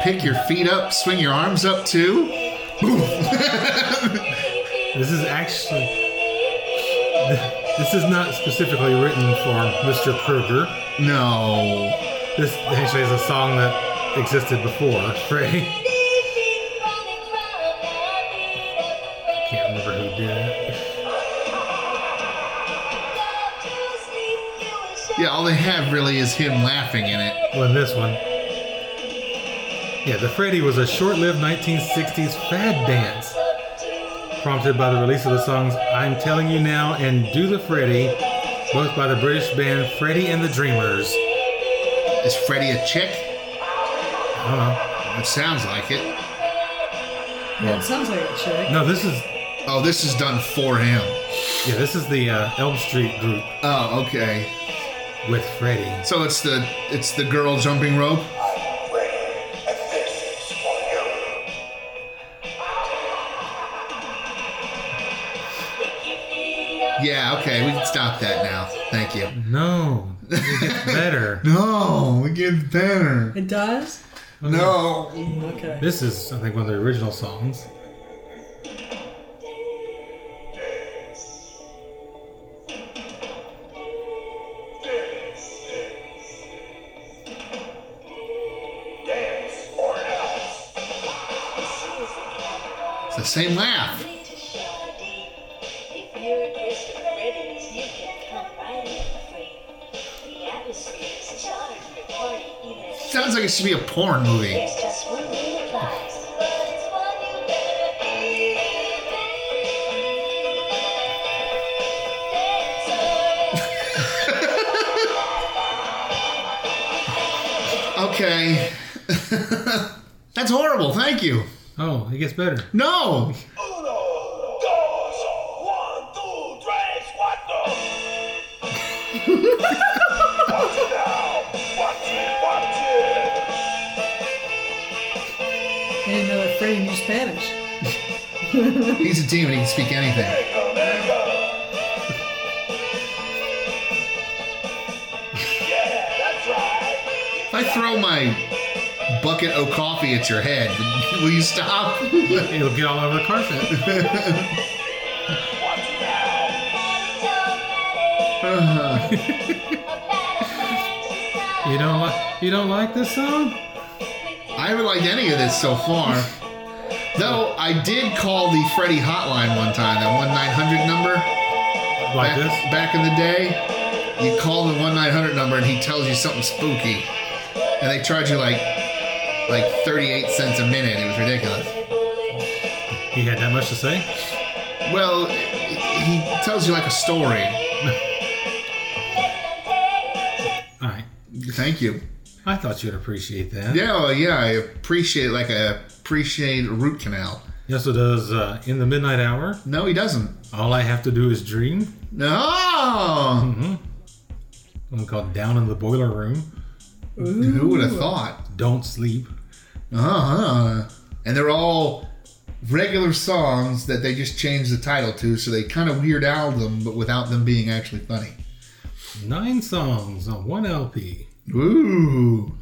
[SPEAKER 1] pick your feet up, swing your arms up too.
[SPEAKER 2] This is actually. This is not specifically written for Mr. Kruger.
[SPEAKER 1] No.
[SPEAKER 2] This actually is a song that existed before Frey. Can't remember who did it.
[SPEAKER 1] Yeah, all they have really is him laughing in it.
[SPEAKER 2] Well, in this one. Yeah, the Freddy was a short lived 1960s fad dance. Prompted by the release of the songs I'm Telling You Now and Do the Freddy, both by the British band Freddy and the Dreamers.
[SPEAKER 1] Is Freddy a chick?
[SPEAKER 2] I don't know.
[SPEAKER 1] It sounds like it.
[SPEAKER 3] Yeah, it sounds like a chick.
[SPEAKER 2] No, this is
[SPEAKER 1] Oh, this is done for him.
[SPEAKER 2] yeah, this is the uh, Elm Street group
[SPEAKER 1] Oh, okay.
[SPEAKER 2] with Freddy.
[SPEAKER 1] So it's the it's the girl jumping rope. Yeah, okay, we can stop that now. Thank you.
[SPEAKER 2] No, it gets better.
[SPEAKER 1] No, it gets better.
[SPEAKER 3] It does?
[SPEAKER 1] No.
[SPEAKER 3] Okay.
[SPEAKER 2] This is, I think, one of the original songs.
[SPEAKER 1] It's the same laugh. Sounds like it should be a porn movie.
[SPEAKER 5] There's just one rule applies, but it's one you better believe in. That's
[SPEAKER 1] Okay. That's horrible. Thank you.
[SPEAKER 2] Oh, it gets better.
[SPEAKER 1] No.
[SPEAKER 6] Uno, dos, one, two, tres, cuatro. watch it now. Watch it, watch it.
[SPEAKER 3] I didn't know that Freddy knew uh, Spanish.
[SPEAKER 1] He's a demon. He can speak anything.
[SPEAKER 6] Venga, venga. Yeah, that's right.
[SPEAKER 1] If I throw my bucket of coffee at your head, will you stop?
[SPEAKER 2] It'll get all over the carpet.
[SPEAKER 6] Watch it now.
[SPEAKER 2] You don't like you don't like this song?
[SPEAKER 1] I haven't liked any of this so far. Though I did call the Freddy hotline one time, that 1 900 number
[SPEAKER 2] Like
[SPEAKER 1] back,
[SPEAKER 2] this?
[SPEAKER 1] back in the day. You call the 1 900 number and he tells you something spooky. And they charge you like like 38 cents a minute. It was ridiculous.
[SPEAKER 2] He had that much to say?
[SPEAKER 1] Well, he tells you like a story.
[SPEAKER 2] All right.
[SPEAKER 1] Thank you.
[SPEAKER 2] I thought you'd appreciate that.
[SPEAKER 1] Yeah, well, yeah, I appreciate it like I appreciate a root canal.
[SPEAKER 2] He also does uh, In the Midnight Hour,
[SPEAKER 1] No, he doesn't.
[SPEAKER 2] All I Have to Do Is Dream.
[SPEAKER 1] No!
[SPEAKER 2] One called Down in the Boiler Room,
[SPEAKER 1] Who would have thought?
[SPEAKER 2] Don't Sleep.
[SPEAKER 1] Uh huh. And they're all regular songs that they just changed the title to, so they kind of weird Al them, but without them being actually funny.
[SPEAKER 2] Nine songs on one LP.
[SPEAKER 1] Ooh.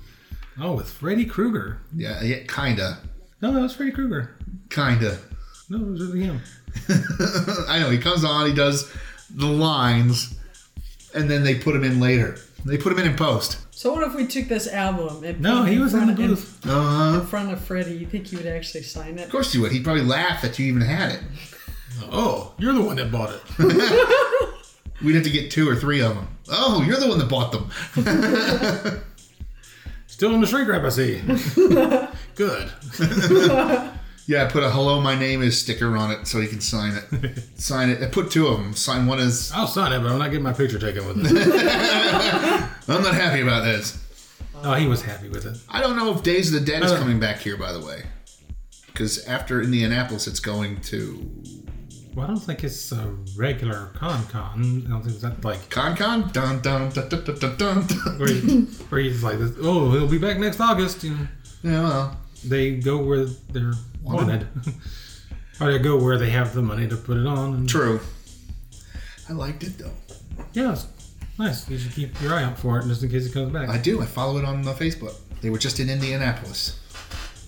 [SPEAKER 2] Oh, with Freddy Krueger.
[SPEAKER 1] Yeah, yeah kinda.
[SPEAKER 2] No, that was Freddy Krueger.
[SPEAKER 1] Kinda.
[SPEAKER 2] No, it was really him.
[SPEAKER 1] I know, he comes on, he does the lines, and then they put him in later. They put him in in post.
[SPEAKER 3] So what if we took this album and
[SPEAKER 2] No,
[SPEAKER 3] put it
[SPEAKER 2] he
[SPEAKER 3] in
[SPEAKER 2] was in the
[SPEAKER 3] front of-
[SPEAKER 2] booth.
[SPEAKER 1] Uh huh.
[SPEAKER 3] in front of Freddy? You think he would actually sign it?
[SPEAKER 1] Of course you would. He'd probably laugh that you even had it.
[SPEAKER 2] Oh, you're the one that bought it.
[SPEAKER 1] We'd have to get two or three of them. Oh, you're the one that bought them.
[SPEAKER 2] Still in the shrink wrap, I see. Good.
[SPEAKER 1] Yeah, I put a "Hello, my name is" sticker on it so he can sign it. sign it. I put two of them. Sign one as
[SPEAKER 2] I'll sign it, but I'm not getting my picture taken with it.
[SPEAKER 1] I'm not happy about this.
[SPEAKER 2] oh, he was happy with it.
[SPEAKER 1] I don't know if Days of the Dead is
[SPEAKER 2] Uh.
[SPEAKER 1] coming back here, by the way, because after Indianapolis, it's going to
[SPEAKER 2] Well, I don't think it's a regular con con. I don't think that's like
[SPEAKER 1] Con Con. Dun dun dun dun dun dun. dun.
[SPEAKER 2] where, he, where he's like, this, oh, he'll be back next August. You know,
[SPEAKER 1] yeah, well,
[SPEAKER 2] they go where they're wanted, or they go where they have the money to put it on. And,
[SPEAKER 1] true. I liked it though.
[SPEAKER 2] Yeah, it's nice. You should keep your eye out for it just in case it comes back.
[SPEAKER 1] I do. I follow it on uh, Facebook. They were just in Indianapolis.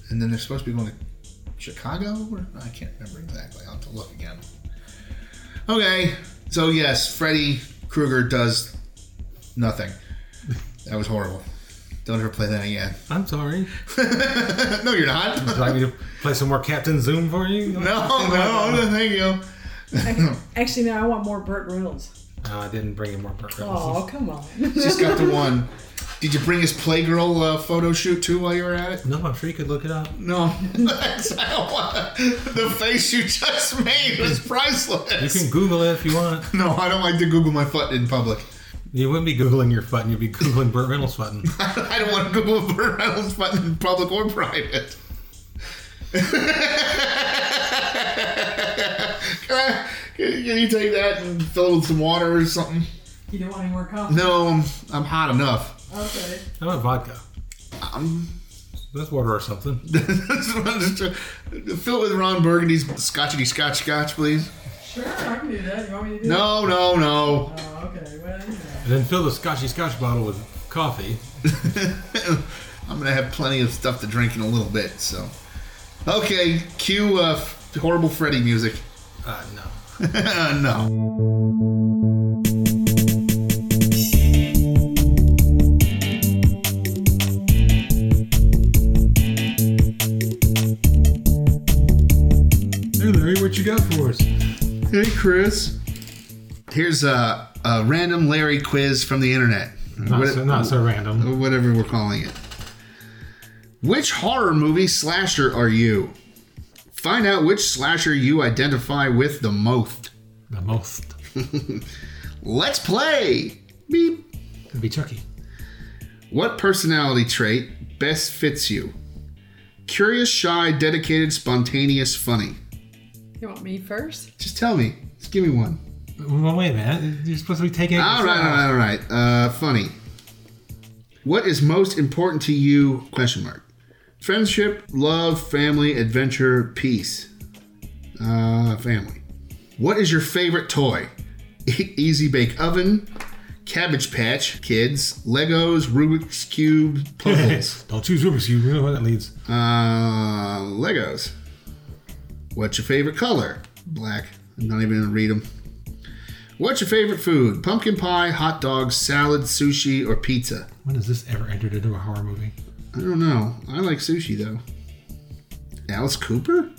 [SPEAKER 1] and then they're supposed to be going to Chicago. Or I can't remember exactly. I'll have to look again. Okay, so yes, Freddy Krueger does nothing. That was horrible. Don't ever play that again.
[SPEAKER 2] I'm sorry.
[SPEAKER 1] no, you're not.
[SPEAKER 2] Would you like me to play some more Captain Zoom for you? Uh,
[SPEAKER 1] No, no, no, thank you.
[SPEAKER 3] I- Actually, no, I want more Burt Reynolds.
[SPEAKER 2] No, I didn't bring in more Burt Reynolds.
[SPEAKER 3] Oh, come on.
[SPEAKER 1] She's got the one. Did you bring his Playgirl uh, photo shoot too while you were at it?
[SPEAKER 2] No, I'm sure you could look it up.
[SPEAKER 1] No. That's- I don't wanna- the face you just made was
[SPEAKER 2] You
[SPEAKER 1] priceless.
[SPEAKER 2] can Google it if you want.
[SPEAKER 1] no, I don't like to Google my foot in public.
[SPEAKER 2] You wouldn't be Googling your button, you'd be Googling Burt Reynolds button.
[SPEAKER 1] I don't want to Google Burt Reynolds foot in public or private. can, I, can you take that and fill it with some water or something?
[SPEAKER 3] You don't want any more coffee?
[SPEAKER 1] No, I'm, I'm hot enough.
[SPEAKER 3] Okay.
[SPEAKER 2] How about vodka?
[SPEAKER 1] Um,
[SPEAKER 2] That's water or something.
[SPEAKER 1] Fill it with Ron Burgundy's scotchy scotch scotch, please.
[SPEAKER 3] Sure, I can do that. You want me to do that?
[SPEAKER 1] No, no, no.
[SPEAKER 3] Oh, okay. Well, you know.
[SPEAKER 2] And then fill the scotchy scotch bottle with coffee.
[SPEAKER 1] I'm gonna have plenty of stuff to drink in a little bit, so. Okay, cue uh, horrible Freddy music.
[SPEAKER 2] Uh, no.
[SPEAKER 1] no.
[SPEAKER 2] Hey, Larry, what you got for us?
[SPEAKER 1] Hey, Chris. Here's a, a random Larry quiz from the internet.
[SPEAKER 2] Not,
[SPEAKER 1] What-
[SPEAKER 2] so, not so random.
[SPEAKER 1] or whatever we're calling it. Which horror movie slasher are you? Find out which slasher you identify with the most.
[SPEAKER 2] The most.
[SPEAKER 1] Let's play! Beep.
[SPEAKER 2] It'd be E. Chucky.
[SPEAKER 1] What personality trait best fits you? Curious, shy, dedicated, spontaneous, funny.
[SPEAKER 3] You want me first?
[SPEAKER 1] Just tell me. Just give me one.
[SPEAKER 2] Well, wait a minute. You're supposed to be taking it.
[SPEAKER 1] All right, all
[SPEAKER 2] yourself.
[SPEAKER 1] right, all right. Uh, funny. What is most important to you? Question mark. Friendship, love, family, adventure, peace. Uh, family. What is your favorite toy? Easy bake oven, cabbage patch, kids, Legos, Rubik's cube, puzzles.
[SPEAKER 2] Don't choose Rubik's Cube. You know where that leads.
[SPEAKER 1] uh, Legos. What's your favorite color? Black. I'm not even gonna read them. What's your favorite food? Pumpkin pie, hot dogs, salad, sushi, or pizza?
[SPEAKER 2] When has this ever entered into a horror movie?
[SPEAKER 1] I don't know. I like sushi though. Alice Cooper?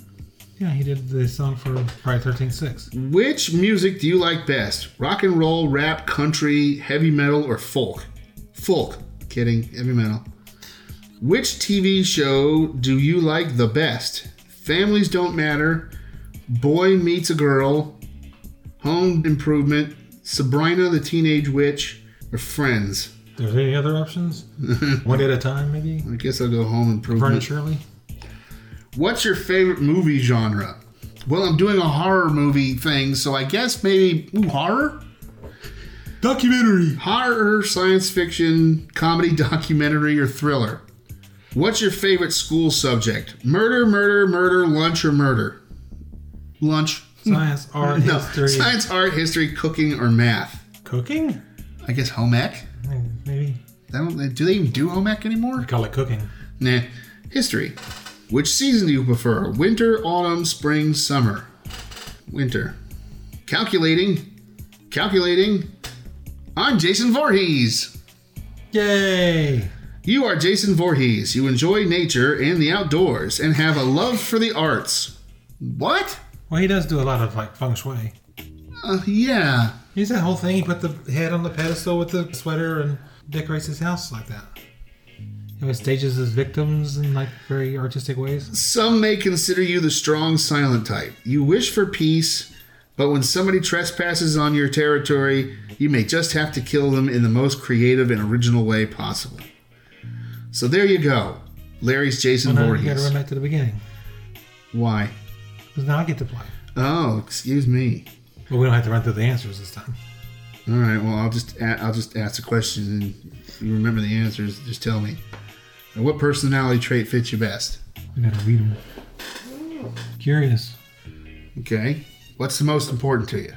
[SPEAKER 2] Yeah, he did the song for Friday 13 6.
[SPEAKER 1] Which music do you like best? Rock and roll, rap, country, heavy metal, or folk? Folk. Kidding. Heavy metal. Which TV show do you like the best? Families Don't Matter, Boy Meets a Girl, Home Improvement, Sabrina the Teenage Witch, or Friends?
[SPEAKER 2] There's any other options? One at a time, maybe?
[SPEAKER 1] I guess I'll go Home Improvement.
[SPEAKER 2] Vernon Shirley?
[SPEAKER 1] What's your favorite movie genre? Well, I'm doing a horror movie thing, so I guess maybe ooh, horror?
[SPEAKER 2] Documentary!
[SPEAKER 1] horror, science fiction, comedy, documentary, or thriller. What's your favorite school subject? Murder, murder, murder, lunch, or murder? Lunch.
[SPEAKER 2] Science, art,
[SPEAKER 1] No.
[SPEAKER 2] history,
[SPEAKER 1] Science, art, history, cooking, or math?
[SPEAKER 2] cooking?
[SPEAKER 1] I guess home ec.
[SPEAKER 2] Maybe.
[SPEAKER 1] I don't, do they even do home ec anymore?
[SPEAKER 2] We call it cooking.
[SPEAKER 1] Nah. History. Which season do you prefer? Winter, autumn, spring, summer? Winter. Calculating. Calculating. I'm Jason Voorhees.
[SPEAKER 2] Yay!
[SPEAKER 1] You are Jason Voorhees. You enjoy nature and the outdoors and have a love for the arts. What?
[SPEAKER 2] Well, he does do a lot of like feng shui.
[SPEAKER 1] Uh, yeah.
[SPEAKER 2] He's that whole thing. He put the head on the pedestal with the sweater and decorates his house like that. He always stages his victims in like very artistic ways.
[SPEAKER 1] Some may consider you the strong, silent type. You wish for peace, but when somebody trespasses on your territory, you may just have to kill them in the most creative and original way possible. So there you go. Larry's Jason
[SPEAKER 2] And I got to
[SPEAKER 1] Voorhees.
[SPEAKER 2] run back to the beginning
[SPEAKER 1] Why?
[SPEAKER 2] because now I get to play.
[SPEAKER 1] Oh, excuse me.
[SPEAKER 2] But we don't have to run through the answers this time.
[SPEAKER 1] All right. Well, I'll just a- I'll just ask the question, and if you remember the answers. Just tell me. And what personality trait fits you best?
[SPEAKER 2] We gotta read them. Curious.
[SPEAKER 1] Okay. What's the most important to you?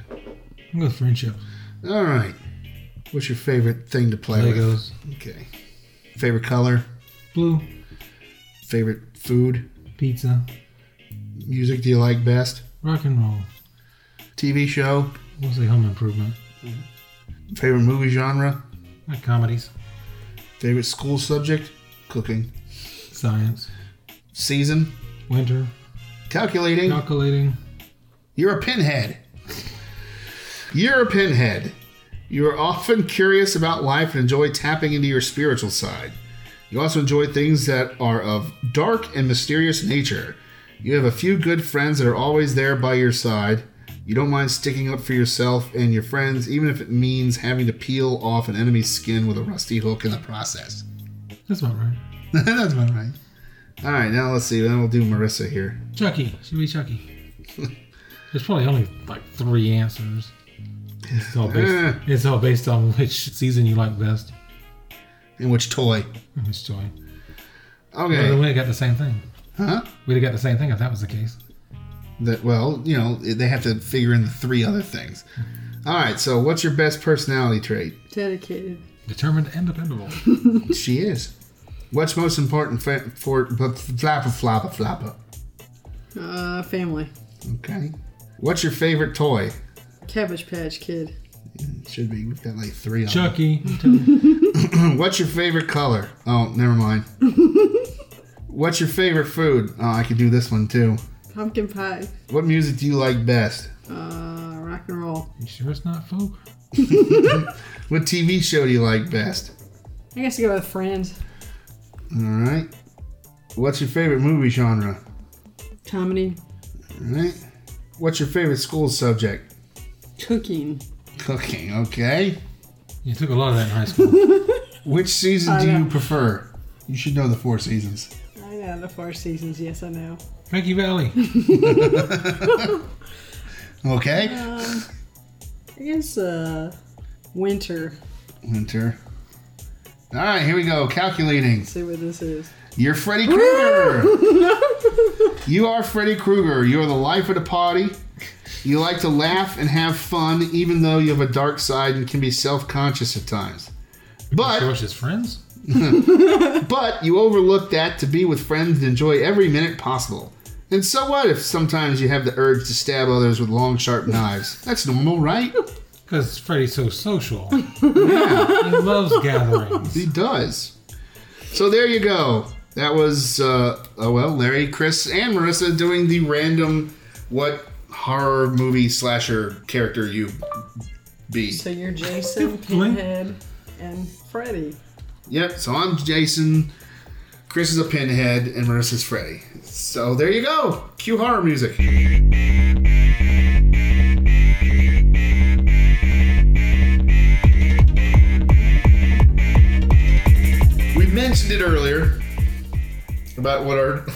[SPEAKER 2] I'm going friendship.
[SPEAKER 1] All right. What's your favorite thing to play
[SPEAKER 2] Legos.
[SPEAKER 1] with? Okay. Favorite color?
[SPEAKER 2] Blue.
[SPEAKER 1] Favorite Food,
[SPEAKER 2] Pizza.
[SPEAKER 1] music. Do you like best?
[SPEAKER 2] Rock and roll.
[SPEAKER 1] TV show,
[SPEAKER 2] We'll say home improvement.
[SPEAKER 1] favorite movie genre,
[SPEAKER 2] Not comedies.
[SPEAKER 1] favorite school subject, cooking,
[SPEAKER 2] Science.
[SPEAKER 1] season,
[SPEAKER 2] Winter.
[SPEAKER 1] calculating.
[SPEAKER 2] Calculating.
[SPEAKER 1] You're a pinhead. You're a pinhead. You're often curious about life and enjoy tapping into your spiritual side. You also enjoy things that are of dark and mysterious nature. You have a few good friends that are always there by your side. You don't mind sticking up for yourself and your friends, even if it means having to peel off an enemy's skin with a rusty hook in the process.
[SPEAKER 2] That's about right.
[SPEAKER 1] That's about right. All right, now let's see. Then we'll do Marissa here.
[SPEAKER 2] Chucky. Should be Chucky. There's probably only like three answers. It's all based, it's all based on which season you like best. Oh,
[SPEAKER 1] And which toy?
[SPEAKER 2] Which toy. Well, then
[SPEAKER 1] Okay.
[SPEAKER 2] we'd have got the same thing.
[SPEAKER 1] Eh. Huh?
[SPEAKER 2] We'd have got the same thing if that was the case.
[SPEAKER 1] That well, you know, they have to figure in the three other things. All right, so what's your best personality trait?
[SPEAKER 3] Dedicated.
[SPEAKER 2] Determined and dependable.
[SPEAKER 1] She is. What's most important fa- for b- flapper flapper flapper?
[SPEAKER 3] Uh, family.
[SPEAKER 1] Okay. What's your favorite toy?
[SPEAKER 3] Cabbage Patch Kid.
[SPEAKER 1] Should be we've got like three. of them.
[SPEAKER 2] Chucky.
[SPEAKER 1] What's your favorite color? Oh, never mind. What's your favorite food? Oh, I could do this one too.
[SPEAKER 3] Pumpkin Pie.
[SPEAKER 1] What music do you like best?
[SPEAKER 3] Uh, rock and roll.
[SPEAKER 2] You sure it's not folk?
[SPEAKER 1] What TV show do you like best?
[SPEAKER 3] I guess you go with Friends.
[SPEAKER 1] All right. What's your favorite movie genre?
[SPEAKER 3] Comedy.
[SPEAKER 1] All right. What's your favorite school subject?
[SPEAKER 3] Cooking.
[SPEAKER 1] Cooking, okay.
[SPEAKER 2] You took a lot of that in high school.
[SPEAKER 1] Which season
[SPEAKER 3] I
[SPEAKER 1] do you
[SPEAKER 3] know.
[SPEAKER 1] prefer? You should know the four seasons.
[SPEAKER 3] I know the Four Seasons. Yes, I know.
[SPEAKER 2] Frankie Valley.
[SPEAKER 1] Okay.
[SPEAKER 3] I guess uh, winter.
[SPEAKER 1] Winter. All right, here we go. Calculating.
[SPEAKER 3] see what this is.
[SPEAKER 1] You're Freddy Krueger. you are Freddy Krueger. You are the life of the party. You like to laugh and have fun, even though you have a dark side and can be self conscious at times. But
[SPEAKER 2] Crush his friends.
[SPEAKER 1] But you overlook that to be with friends and enjoy every minute possible. And so what if sometimes you have the urge to stab others with long, sharp knives? That's normal, right?
[SPEAKER 2] Because Freddy's so social. He loves gatherings.
[SPEAKER 1] He does. So there you go. That was, uh, oh well, Larry, Chris, and Marissa doing the random what horror movie slasher character you be.
[SPEAKER 3] So you're Jason,
[SPEAKER 2] Blink.
[SPEAKER 3] Pinhead, and Freddy.
[SPEAKER 1] Yep, so I'm Jason, Chris is a pinhead, and Marissa's Freddy. So there you go. Cue horror music. We mentioned it earlier about what our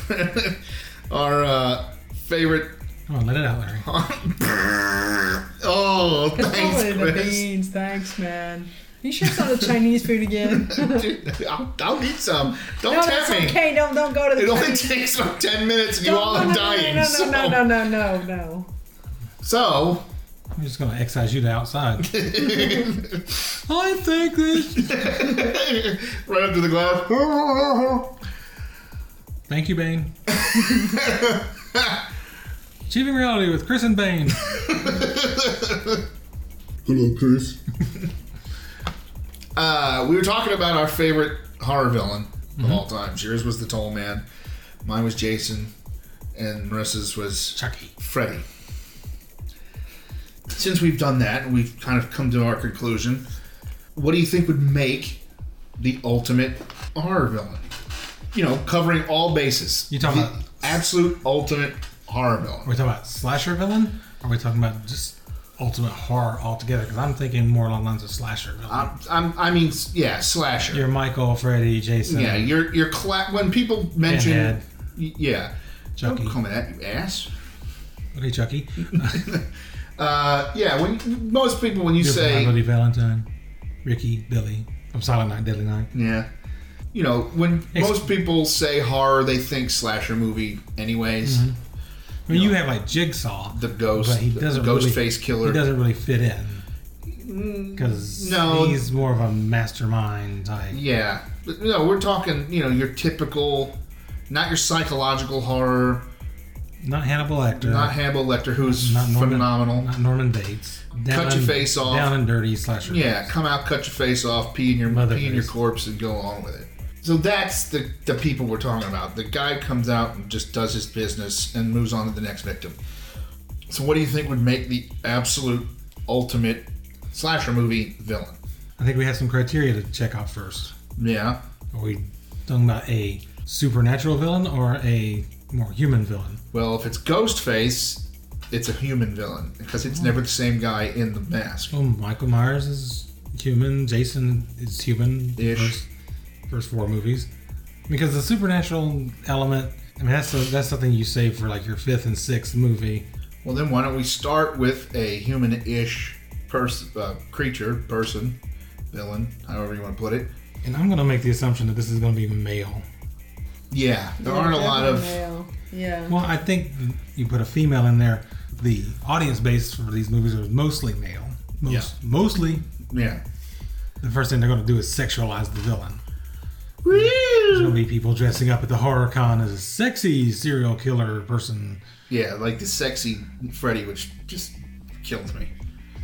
[SPEAKER 1] our uh, favorite.
[SPEAKER 2] Come on, let it out, Larry.
[SPEAKER 1] Oh,
[SPEAKER 3] Oh,
[SPEAKER 1] thanks,
[SPEAKER 3] and the
[SPEAKER 1] Chris.
[SPEAKER 3] beans. Thanks, man. You sure it's not the Chinese food again? no,
[SPEAKER 1] I'll, I'll eat some. Don't
[SPEAKER 3] that's
[SPEAKER 1] tempt me.
[SPEAKER 3] okay. Don't don't go to the
[SPEAKER 1] It only
[SPEAKER 3] Chinese.
[SPEAKER 1] takes about 10 minutes and you
[SPEAKER 3] Don't-
[SPEAKER 1] all
[SPEAKER 3] no,
[SPEAKER 1] are
[SPEAKER 3] no,
[SPEAKER 1] dying.
[SPEAKER 3] No,
[SPEAKER 1] so,
[SPEAKER 3] no, no, no, no, no, no.
[SPEAKER 1] so,
[SPEAKER 2] I'm just going to excise you to outside. I think this.
[SPEAKER 1] right up to the glass.
[SPEAKER 2] Thank you, Bane. Achieving reality with Chris and Bane.
[SPEAKER 4] Hello, Chris.
[SPEAKER 1] Uh, we were talking about our favorite horror villain of all time. Yours was the Toll Man, mine was Jason, and Marissa's was
[SPEAKER 2] Chucky.
[SPEAKER 1] Freddy. Since we've done that, we've kind of come to our conclusion. What do you think would make the ultimate horror villain? You know, covering all bases.
[SPEAKER 2] You talking
[SPEAKER 1] The
[SPEAKER 2] about-
[SPEAKER 1] absolute ultimate horror villain?
[SPEAKER 2] Are we talking about slasher villain? Or are we talking about just ultimate horror altogether? Because I'm thinking more along the lines of slasher villain.
[SPEAKER 1] I'm, I'm, I mean, s- yeah, slasher.
[SPEAKER 2] Your Michael, Freddy, Jason,
[SPEAKER 1] yeah, you're, you're cla- when people mention,
[SPEAKER 2] Pinhead.
[SPEAKER 1] y- yeah,
[SPEAKER 2] Chucky.
[SPEAKER 1] don't call me that, you ass.
[SPEAKER 2] Okay, Chucky.
[SPEAKER 1] Uh, yeah, when most people when you
[SPEAKER 2] Beautiful
[SPEAKER 1] say,
[SPEAKER 2] Bloody Valentine, Ricky, Billy from Silent Night, Deadly Night.
[SPEAKER 1] yeah, you know, when
[SPEAKER 2] Ex-
[SPEAKER 1] most people say horror, they think slasher movie, anyways.
[SPEAKER 2] I mean, you have like Jigsaw,
[SPEAKER 1] The ghost,
[SPEAKER 2] Mm-hmm. but he
[SPEAKER 1] the-
[SPEAKER 2] doesn't
[SPEAKER 1] the ghost
[SPEAKER 2] really,
[SPEAKER 1] face killer. Mm,
[SPEAKER 2] He doesn't really fit in because
[SPEAKER 1] no.
[SPEAKER 2] he's more of a mastermind type.
[SPEAKER 1] Yeah, but, no, we're talking, you know, your typical Not your psychological horror.
[SPEAKER 2] Not Hannibal Lecter.
[SPEAKER 1] Not Hannibal Lecter, who's
[SPEAKER 2] not Norman,
[SPEAKER 1] phenomenal.
[SPEAKER 2] Not Norman Bates. Down
[SPEAKER 1] Cut your
[SPEAKER 2] and-
[SPEAKER 1] face off.
[SPEAKER 2] Down and dirty slasher.
[SPEAKER 1] Yeah, come out, cut your face off, pee in your
[SPEAKER 2] Mother
[SPEAKER 1] pee in your
[SPEAKER 2] face.
[SPEAKER 1] corpse, and go along with it. So that's the the people we're talking about. The guy comes out and just does his business and moves on to the next victim. So what do you think would make the absolute ultimate slasher movie villain?
[SPEAKER 2] I think we have some criteria to check out first.
[SPEAKER 1] Yeah,
[SPEAKER 2] Are we talking about a supernatural villain or a more human villain?
[SPEAKER 1] Well, if it's Ghostface, it's a human villain because it's never the same guy in the mask.
[SPEAKER 2] Well, Michael Myers is human. Jason is human.
[SPEAKER 1] Ish.
[SPEAKER 2] First, first four movies, because the supernatural element. I mean, that's that's something you save for like your fifth and sixth movie.
[SPEAKER 1] Well, then why don't we start with a human-ish person, uh, creature, person, villain, however you want to put it.
[SPEAKER 2] And I'm gonna make the assumption that this is gonna be male.
[SPEAKER 1] Yeah, there aren't a lot of.
[SPEAKER 3] Male. Yeah.
[SPEAKER 2] Well, I think you put a female in there. The audience base for these movies are mostly male. Most,
[SPEAKER 1] Yeah.
[SPEAKER 2] Mostly,
[SPEAKER 1] Yeah,
[SPEAKER 2] the first thing they're going to do is sexualize the villain. There's going to be people dressing up at the horror con as a sexy serial killer person.
[SPEAKER 1] yeah, like the sexy Freddy, which just kills me.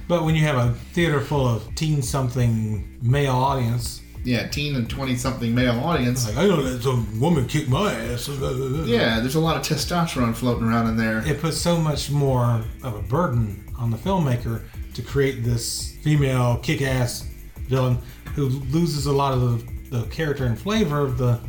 [SPEAKER 2] But when you have a theater full of teen something male audience,
[SPEAKER 1] Yeah, teen and twenty-something male audience.
[SPEAKER 2] like, I don't let some woman kick my ass.
[SPEAKER 1] Oh, Yeah, there's a lot of testosterone floating around in there.
[SPEAKER 2] It puts so much more of a burden on the filmmaker to create this female kick ass villain who loses a lot of the, the character and flavor of the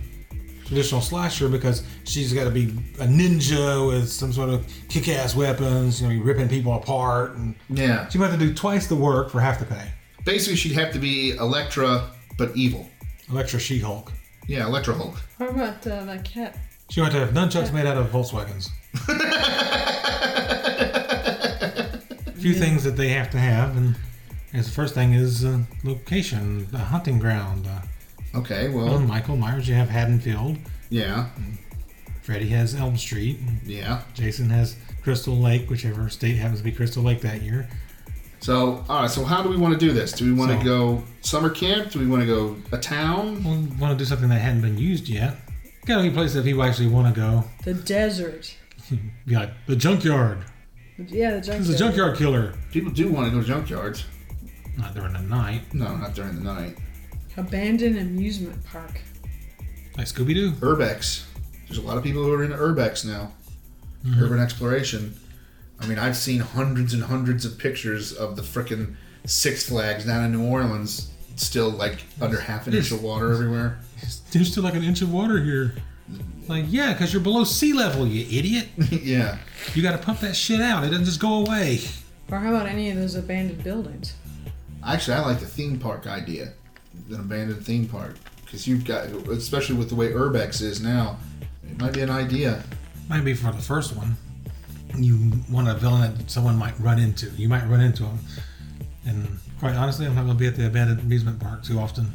[SPEAKER 2] traditional slasher because she's got to be a ninja with some sort of kick ass weapons, you know, ripping people apart. And
[SPEAKER 1] Yeah,
[SPEAKER 2] she might have to do twice the work for half the pay.
[SPEAKER 1] basically, she'd have to be Electra, but evil.
[SPEAKER 2] Electra She Hulk.
[SPEAKER 1] Yeah, Electra Hulk.
[SPEAKER 3] How about uh, that cat?
[SPEAKER 2] She might have to have nunchucks made out of Volkswagens. few things that they have to have, and as the first thing is uh, location, the hunting ground. Uh,
[SPEAKER 1] Okay, well,
[SPEAKER 2] well, Michael Myers, you have Haddonfield.
[SPEAKER 1] yeah,
[SPEAKER 2] Freddy has Elm Street. and
[SPEAKER 1] yeah.
[SPEAKER 2] Jason has Crystal Lake, whichever state happens to be Crystal Lake that year.
[SPEAKER 1] So, all right. So, how do we want to do this? Do we want
[SPEAKER 2] So-
[SPEAKER 1] to go summer camp? Do we want to go a town?
[SPEAKER 2] We want to do something that hadn't been used yet. Got to be a place that people actually want to go.
[SPEAKER 3] The desert.
[SPEAKER 2] Be like the junkyard.
[SPEAKER 3] Yeah, the junkyard.
[SPEAKER 2] This is a junkyard killer.
[SPEAKER 1] People do want to go to junkyards.
[SPEAKER 2] Not during the night,
[SPEAKER 1] No, not during the night.
[SPEAKER 3] Abandoned amusement park.
[SPEAKER 2] like Scooby Doo.
[SPEAKER 1] Urbex. There's a lot of people who are into urbex now. Urban exploration. I mean, I've seen hundreds and hundreds of pictures of the frickin' Six Flags down in New Orleans, still like under half an inch of water everywhere.
[SPEAKER 2] There's still like an inch of water here. Like, yeah, because you're below sea level, you idiot.
[SPEAKER 1] yeah.
[SPEAKER 2] You got to pump that shit out. It doesn't just go away.
[SPEAKER 3] Or how about any of those abandoned buildings?
[SPEAKER 1] Actually, I like the theme park idea, an abandoned theme park, because you've got, especially with the way Urbex is now, it might be an idea.
[SPEAKER 2] Might be for the first one. You want a villain that someone might run into. You might run into him. And quite honestly, I'm not going to be at the abandoned amusement park too often.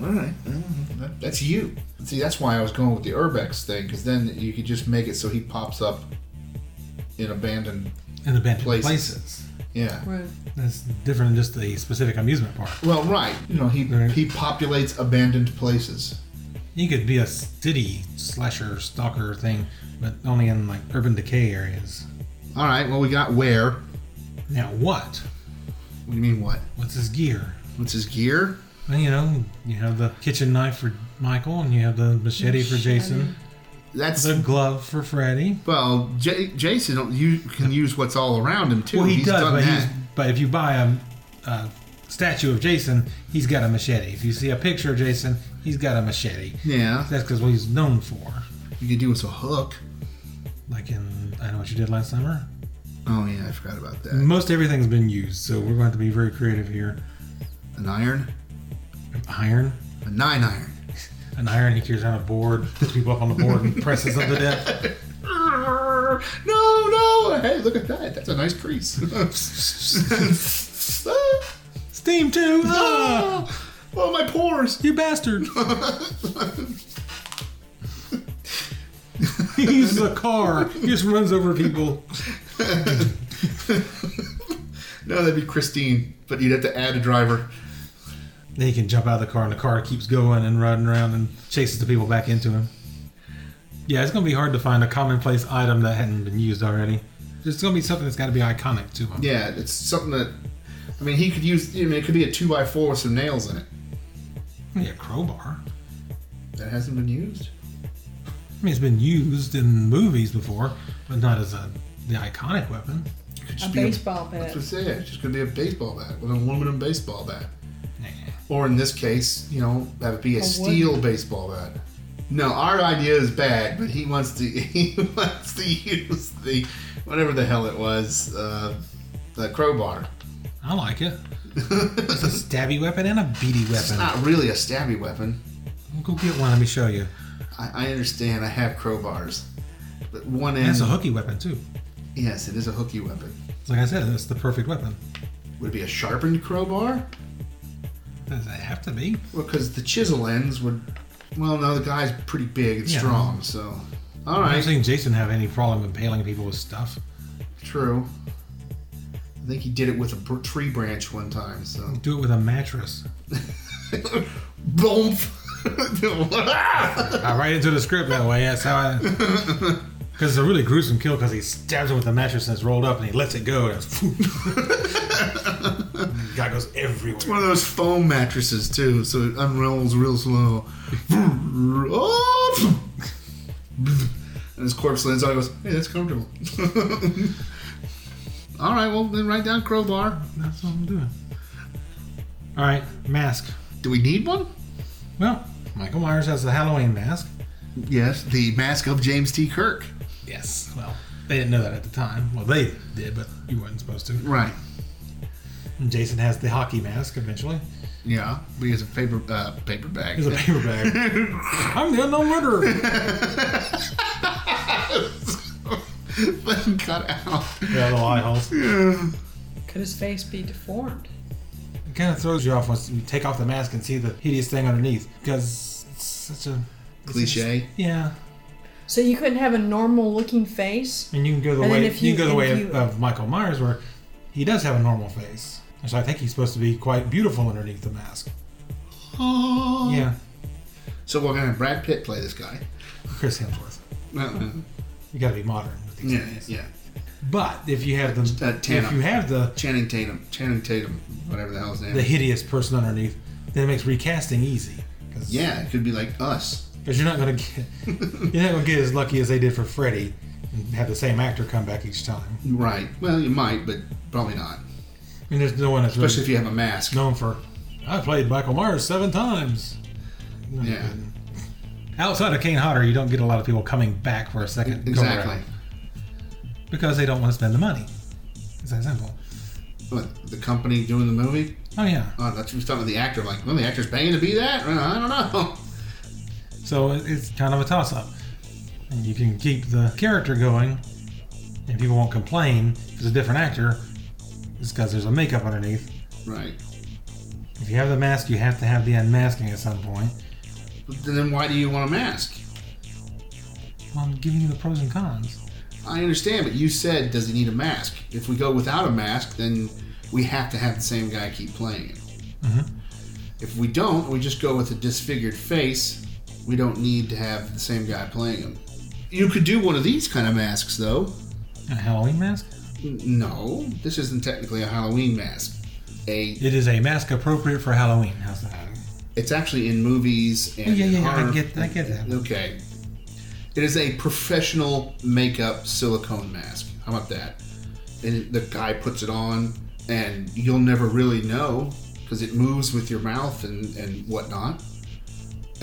[SPEAKER 1] All right, Mhm. That- that's you. See, that's why I was going with the Urbex thing, because then you could just make it so he pops up in abandoned.
[SPEAKER 2] In abandoned
[SPEAKER 1] Places.
[SPEAKER 2] places.
[SPEAKER 1] Yeah.
[SPEAKER 3] Right.
[SPEAKER 2] That's different than just the specific amusement park.
[SPEAKER 1] Well, right. You know, he
[SPEAKER 2] Right.
[SPEAKER 1] he populates abandoned places.
[SPEAKER 2] You could be a city slasher stalker thing, but only in like urban decay areas.
[SPEAKER 1] All right. Well, we got where.
[SPEAKER 2] Now, what?
[SPEAKER 1] What do you mean? What?
[SPEAKER 2] What's his gear?
[SPEAKER 1] What's his gear?
[SPEAKER 2] Well, you know, you have the kitchen knife for Michael, and you have the machete, for Jason,
[SPEAKER 1] That's
[SPEAKER 2] the glove for Freddy.
[SPEAKER 1] well, J- Jason. You can use what's all around him too.
[SPEAKER 2] Well, he
[SPEAKER 1] He's
[SPEAKER 2] does,
[SPEAKER 1] done
[SPEAKER 2] but,
[SPEAKER 1] that.
[SPEAKER 2] he's, but if you buy a, a statue of Jason, he's got a machete. If you see a picture of Jason, he's got a machete.
[SPEAKER 1] yeah.
[SPEAKER 2] That's because what he's known for.
[SPEAKER 1] You could do with a hook.
[SPEAKER 2] Like in I Know What You Did Last Summer.
[SPEAKER 1] Oh yeah, I forgot about that.
[SPEAKER 2] Most everything's been used, so we're going to be very creative here.
[SPEAKER 1] An iron,
[SPEAKER 2] An iron.
[SPEAKER 1] a nine iron.
[SPEAKER 2] An iron he carries on a board, puts people up on the board, and presses them to death.
[SPEAKER 1] No, no. Hey, look at that. That's a nice crease.
[SPEAKER 2] Steam 2! Ah,
[SPEAKER 1] oh, oh, my pores.
[SPEAKER 2] you bastard! He uses a car. He just runs over people.
[SPEAKER 1] No, that'd be Christine, but you'd have to add a driver.
[SPEAKER 2] Then he can jump out of the car, and the car keeps going and riding around and chases the people back into him. Yeah, it's gonna be hard to find a commonplace item that hadn't been used already. It's gonna be something that's got to be iconic to him.
[SPEAKER 1] Yeah, it's something that. I mean, he could use. I mean, it could be a two by four with some nails in it
[SPEAKER 2] Yeah, crowbar.
[SPEAKER 1] that hasn't been used.
[SPEAKER 2] I mean, it's been used in movies before, but not as a the iconic weapon.
[SPEAKER 1] It could
[SPEAKER 3] A
[SPEAKER 1] just be
[SPEAKER 3] baseball
[SPEAKER 1] That's what
[SPEAKER 3] bat.
[SPEAKER 1] I said. It's just gonna be a baseball bat with an aluminum baseball bat,
[SPEAKER 2] Nah.
[SPEAKER 1] or in this case, you know, have it be a,
[SPEAKER 3] A
[SPEAKER 1] steel baseball bat. No, our idea is bad, but he wants to. He wants to use the whatever the hell it was, uh, the crowbar.
[SPEAKER 2] I like it. It's a stabby weapon and a beady
[SPEAKER 1] It's
[SPEAKER 2] weapon.
[SPEAKER 1] not really a stabby weapon.
[SPEAKER 2] We'll go get one. Let me show you.
[SPEAKER 1] I, I understand. I have crowbars, but one
[SPEAKER 2] And
[SPEAKER 1] end.
[SPEAKER 2] it's a hooky weapon too.
[SPEAKER 1] Yes, it is a hooky weapon.
[SPEAKER 2] Like I said, it's the perfect weapon.
[SPEAKER 1] Would it be a sharpened crowbar?
[SPEAKER 2] Does it have to be?
[SPEAKER 1] Well, because the chisel ends would. Well, no, the guy's pretty big and
[SPEAKER 2] Yeah.
[SPEAKER 1] strong, so. All
[SPEAKER 2] I
[SPEAKER 1] right,
[SPEAKER 2] don't think Jason have any problem impaling people with stuff.
[SPEAKER 1] true. I think he did it with a br- tree branch one time, so.
[SPEAKER 2] Do it with a mattress.
[SPEAKER 1] Boom!
[SPEAKER 2] I write into the script that way. That's how I. Because it's a really gruesome kill. Because he stabs him with the mattress and it's rolled up, and he lets it go, and it's. Guy goes
[SPEAKER 1] one
[SPEAKER 2] everywhere.
[SPEAKER 1] of those foam mattresses too, so it unrolls real slow. Oh! and his corpse lands on. He goes, "Hey, that's comfortable." All right, well then, write down crowbar.
[SPEAKER 2] That's what I'm doing. All right, mask.
[SPEAKER 1] Do we need one?
[SPEAKER 2] Well, Michael Myers has the Halloween mask.
[SPEAKER 1] Yes, the mask of James T. Kirk.
[SPEAKER 2] Yes. Well, they didn't know that at the time. Well, they did, but you weren't supposed to.
[SPEAKER 1] Right.
[SPEAKER 2] And Jason has the hockey mask eventually.
[SPEAKER 1] Yeah, but he has a paper uh, paper bag.
[SPEAKER 2] He's a paper bag. I'm the unknown murderer.
[SPEAKER 1] Fucking cut out.
[SPEAKER 2] Yeah, the eye holes.
[SPEAKER 3] Could his face be deformed?
[SPEAKER 2] It kind of throws you off once you take off the mask and see the hideous thing underneath because it's such a
[SPEAKER 1] Cliche.
[SPEAKER 2] yeah.
[SPEAKER 3] So you couldn't have a normal looking face?
[SPEAKER 2] And you can go the
[SPEAKER 3] And then
[SPEAKER 2] way
[SPEAKER 3] if
[SPEAKER 2] you,
[SPEAKER 3] you-
[SPEAKER 2] can go the
[SPEAKER 3] if
[SPEAKER 2] way of-
[SPEAKER 3] you-
[SPEAKER 2] of Michael Myers where he does have a normal face. And So I think he's supposed to be quite beautiful underneath the mask.
[SPEAKER 3] Oh.
[SPEAKER 2] Yeah,
[SPEAKER 1] So we're gonna have Brad Pitt play this guy.
[SPEAKER 2] Chris Hemsworth. Uh-huh.
[SPEAKER 1] Uh-uh.
[SPEAKER 2] You got to be modern with these
[SPEAKER 1] Yeah,
[SPEAKER 2] things.
[SPEAKER 1] yeah.
[SPEAKER 2] But if you have the
[SPEAKER 1] Uh, Tana.
[SPEAKER 2] if you have the
[SPEAKER 1] Channing Tatum. Channing Tatum. Whatever the hell his name.
[SPEAKER 2] the
[SPEAKER 1] is.
[SPEAKER 2] hideous person underneath, then it makes recasting easy. Cause,
[SPEAKER 1] Yeah, it could be like us.
[SPEAKER 2] because you're not gonna get you're not gonna get as lucky as they did for Freddy and have the same actor come back each time.
[SPEAKER 1] Right. Well, you might, but probably not.
[SPEAKER 2] I mean, there's no one that's really
[SPEAKER 1] Especially if you have a mask.
[SPEAKER 2] known for I played Michael Myers seven times. No, you
[SPEAKER 1] Yeah.
[SPEAKER 2] didn't. Outside of Kane Hodder, you don't get a lot of people coming back for a second go
[SPEAKER 1] Exactly.
[SPEAKER 2] around because they don't want to spend the money. It's that simple.
[SPEAKER 1] What, the company doing the movie?
[SPEAKER 2] Oh yeah.
[SPEAKER 1] Oh, that's who's talking to the actor. Like, well, the actor's paying to be that? Uh, I don't know.
[SPEAKER 2] So it- it's kind of a toss up. And you can keep the character going, and people won't complain if it's a different actor, it's because there's a makeup underneath.
[SPEAKER 1] Right.
[SPEAKER 2] If you have the mask, you have to have the unmasking at some point.
[SPEAKER 1] But then why do you want a mask?
[SPEAKER 2] Well, I'm giving you the pros and cons.
[SPEAKER 1] I understand, but you said, does he need a mask? If we go without a mask, then we have to have the same guy keep playing it. If we don't, we just go with a disfigured face. We don't need to have the same guy playing him. You could do one of these kind of masks, though.
[SPEAKER 2] A Halloween mask?
[SPEAKER 1] N- No, this isn't technically a Halloween mask. A,
[SPEAKER 2] It is a mask appropriate for Halloween. How's that?
[SPEAKER 1] it's actually in movies and
[SPEAKER 2] Oh, yeah, yeah, yeah, I
[SPEAKER 1] horror-
[SPEAKER 2] get- I get that.
[SPEAKER 1] Okay, it is a professional makeup silicone mask. How about that? And the guy puts it on, and you'll never really know because it moves with your mouth and and whatnot.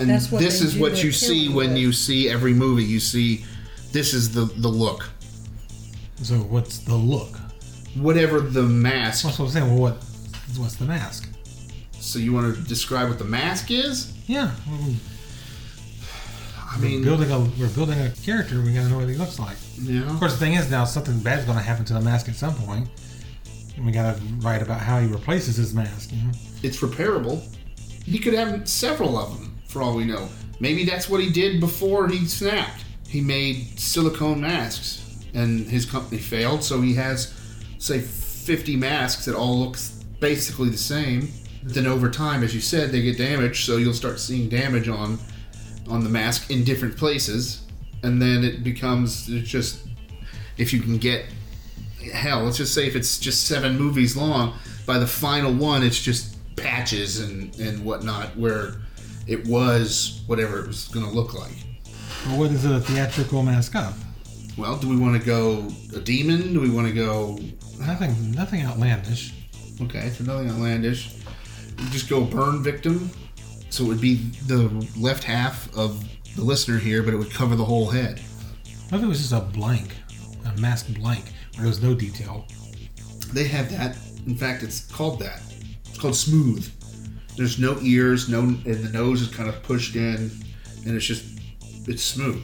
[SPEAKER 1] And
[SPEAKER 3] That's what
[SPEAKER 1] this
[SPEAKER 3] they
[SPEAKER 1] is
[SPEAKER 3] do
[SPEAKER 1] what
[SPEAKER 3] with
[SPEAKER 1] you see
[SPEAKER 3] Halloween.
[SPEAKER 1] when you see every movie. You see, this is the the look.
[SPEAKER 2] So what's the look?
[SPEAKER 1] Whatever the mask.
[SPEAKER 2] That's what I'm saying. Well, what, what's the mask?
[SPEAKER 1] So you want to describe what the mask is?
[SPEAKER 2] Yeah, we're
[SPEAKER 1] I mean,
[SPEAKER 2] building a we're building a character. We gotta know what he looks like.
[SPEAKER 1] yeah.
[SPEAKER 2] Of course, the thing is now something bad's going to happen to the mask at some point, and we got to write about how he replaces his mask. You know?
[SPEAKER 1] it's repairable. He could have several of them, for all we know. Maybe that's what he did before he snapped. He made silicone masks, and his company failed, so he has, say, 50 masks that all look basically the same. Then over time, as you said, they get damaged, so you'll start seeing damage on on the mask in different places, and then it becomes it's just if you can get hell, let's just say if it's just seven movies long, by the final one it's just patches and and whatnot where it was whatever it was going to look like.
[SPEAKER 2] But what is a theatrical mascot?
[SPEAKER 1] Well, do we want to go a demon? Do we want to go
[SPEAKER 2] Nothing, nothing outlandish.
[SPEAKER 1] Okay, so nothing outlandish. You just go burn victim. So it would be the left half of the listener here, but it would cover the whole head.
[SPEAKER 2] What if it was just a blank, a mask blank, where there was no detail?
[SPEAKER 1] They have that. In fact, it's called that. It's called smooth. There's no ears, no, and the nose is kind of pushed in, and it's just it's smooth.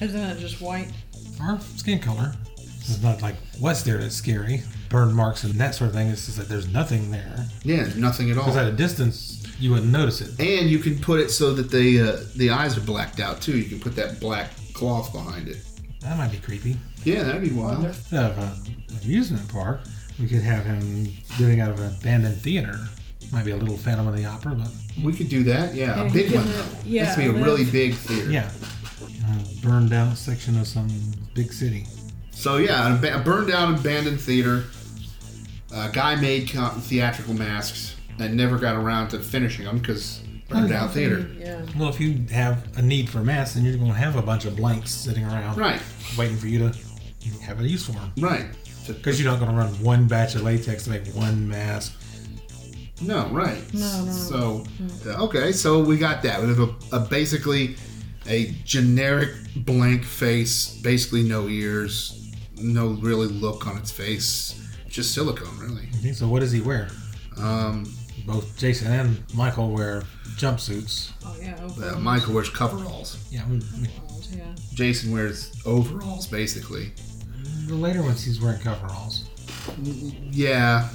[SPEAKER 3] Isn't it just white?
[SPEAKER 2] Or skin color. It's not like what's there that's scary, burn marks and that sort of thing. It's just that there's nothing there.
[SPEAKER 1] Yeah, nothing at all.
[SPEAKER 2] Because at a distance, you wouldn't notice it.
[SPEAKER 1] And you can put it so that the uh, the eyes are blacked out too. You can put that black cloth behind it.
[SPEAKER 2] That might be creepy.
[SPEAKER 1] Yeah, that'd be wild.
[SPEAKER 2] Instead of an amusement park, we could have him doing out of an abandoned theater. Might be a little Phantom of the Opera, but
[SPEAKER 1] We could do that. Yeah, a
[SPEAKER 3] Yeah,
[SPEAKER 1] big
[SPEAKER 3] you
[SPEAKER 1] one.
[SPEAKER 3] can, uh,
[SPEAKER 1] Yeah,
[SPEAKER 3] yeah,
[SPEAKER 1] has to be a
[SPEAKER 3] live.
[SPEAKER 1] really big theater.
[SPEAKER 2] yeah, uh, burned out section of some big city.
[SPEAKER 1] So yeah, a, ba- a burned down abandoned theater. A guy made co- theatrical masks and never got around to finishing them because burned down theater.
[SPEAKER 3] Yeah.
[SPEAKER 2] Well, if you have a need for masks, then you're going to have a bunch of blanks sitting around,
[SPEAKER 1] Right,
[SPEAKER 2] waiting for you to have a use for them.
[SPEAKER 1] right. So-
[SPEAKER 2] Because you're not going to run one batch of latex to make one mask.
[SPEAKER 1] no, right.
[SPEAKER 3] No, Hmm. no.
[SPEAKER 1] So uh, okay, so we got that. We have a, a basically a generic blank face, basically no ears, no really look on its face, just silicone really.
[SPEAKER 2] Okay, So what does he wear?
[SPEAKER 1] Mm-hmm. Um,
[SPEAKER 2] Both Jason and Michael wear jumpsuits.
[SPEAKER 3] Oh yeah.
[SPEAKER 1] uh,
[SPEAKER 3] Overalls.
[SPEAKER 1] Michael wears coveralls.
[SPEAKER 2] Yeah, we, we,
[SPEAKER 3] Overalls, Yeah.
[SPEAKER 1] Jason wears overalls, basically.
[SPEAKER 2] the later ones he's wearing coveralls.
[SPEAKER 1] Yeah.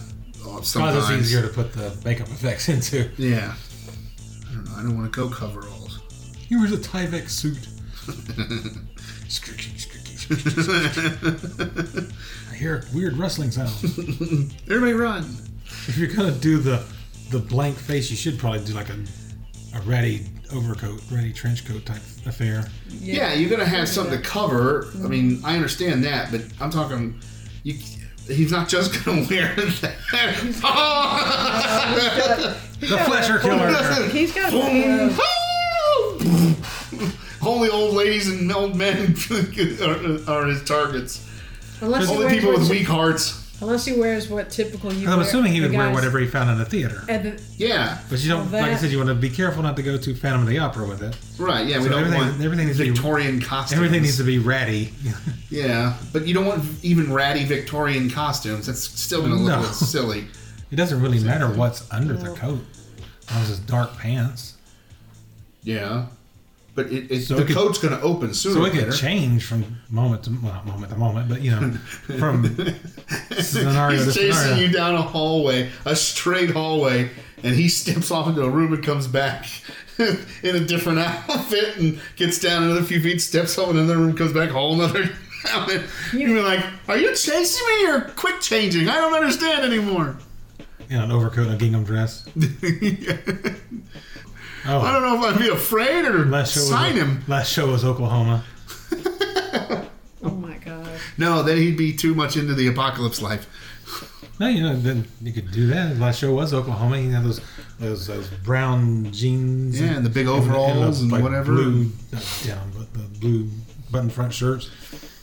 [SPEAKER 1] Oh,
[SPEAKER 2] Probably it's
[SPEAKER 1] Sometimes.
[SPEAKER 2] easier to put the makeup effects into.
[SPEAKER 1] Yeah. I don't know. I don't want to go coveralls.
[SPEAKER 2] He wears a Tyvek suit. I hear weird rustling sounds.
[SPEAKER 1] Everybody run.
[SPEAKER 2] if you're gonna do the the blank face, you should probably do like a a ratty overcoat, ratty trench coat type affair.
[SPEAKER 1] Yeah, you're gonna have something to cover. I mean,
[SPEAKER 2] Mm-hmm.
[SPEAKER 1] I understand that, but I'm talking. You, he's not just gonna wear that.
[SPEAKER 2] The Fletcher killer.
[SPEAKER 3] He's got. Yeah.
[SPEAKER 1] Only old ladies and old men are, are his targets.
[SPEAKER 3] Unless he
[SPEAKER 1] Only
[SPEAKER 3] wears
[SPEAKER 1] people with
[SPEAKER 3] what-
[SPEAKER 1] weak hearts.
[SPEAKER 3] Unless he wears what typical you.
[SPEAKER 2] I'm
[SPEAKER 3] wear-
[SPEAKER 2] assuming he
[SPEAKER 3] the
[SPEAKER 2] would wear
[SPEAKER 3] guys-
[SPEAKER 2] whatever he found in the theater.
[SPEAKER 3] And the,
[SPEAKER 1] Yeah,
[SPEAKER 2] But you don't,
[SPEAKER 3] Well,
[SPEAKER 2] like I
[SPEAKER 3] that-
[SPEAKER 2] said, you want to be careful not to go too Phantom of the Opera with it.
[SPEAKER 1] right. Yeah, we
[SPEAKER 2] So
[SPEAKER 1] don't
[SPEAKER 2] everything-
[SPEAKER 1] want
[SPEAKER 2] everything needs to be-
[SPEAKER 1] Victorian costumes.
[SPEAKER 2] Everything needs to be ratty.
[SPEAKER 1] Yeah, but you don't want even ratty Victorian costumes. That's still going to look a
[SPEAKER 2] No.
[SPEAKER 1] little silly.
[SPEAKER 2] It doesn't really matter what's under the coat. That was his dark pants.
[SPEAKER 1] Yeah, but it, it,
[SPEAKER 2] So
[SPEAKER 1] the
[SPEAKER 2] it could-
[SPEAKER 1] coat's going to open sooner
[SPEAKER 2] So
[SPEAKER 1] or
[SPEAKER 2] it could
[SPEAKER 1] later.
[SPEAKER 2] change from moment to well, not moment to moment, but you know, from scenario to
[SPEAKER 1] He's chasing
[SPEAKER 2] scenario.
[SPEAKER 1] you down a hallway, a straight hallway, and he steps off into a room and comes back in a different outfit and gets down another few feet, steps off in another room, comes back, whole another outfit. You'd be like, "Are you chasing me or quick changing? I don't understand anymore."
[SPEAKER 2] in an overcoat and a gingham dress. Oh,
[SPEAKER 1] I don't know if I'd be afraid or
[SPEAKER 2] last show
[SPEAKER 1] sign
[SPEAKER 2] was,
[SPEAKER 1] him.
[SPEAKER 2] Last show was Oklahoma.
[SPEAKER 3] oh my god.
[SPEAKER 1] No, then he'd be too much into the apocalypse life.
[SPEAKER 2] No, you know, then you could do that. Last show was Oklahoma. You know those those, those brown jeans.
[SPEAKER 1] Yeah, and the big overalls and,
[SPEAKER 2] like,
[SPEAKER 1] whatever.
[SPEAKER 2] Blue, not down, but the blue button front shirts.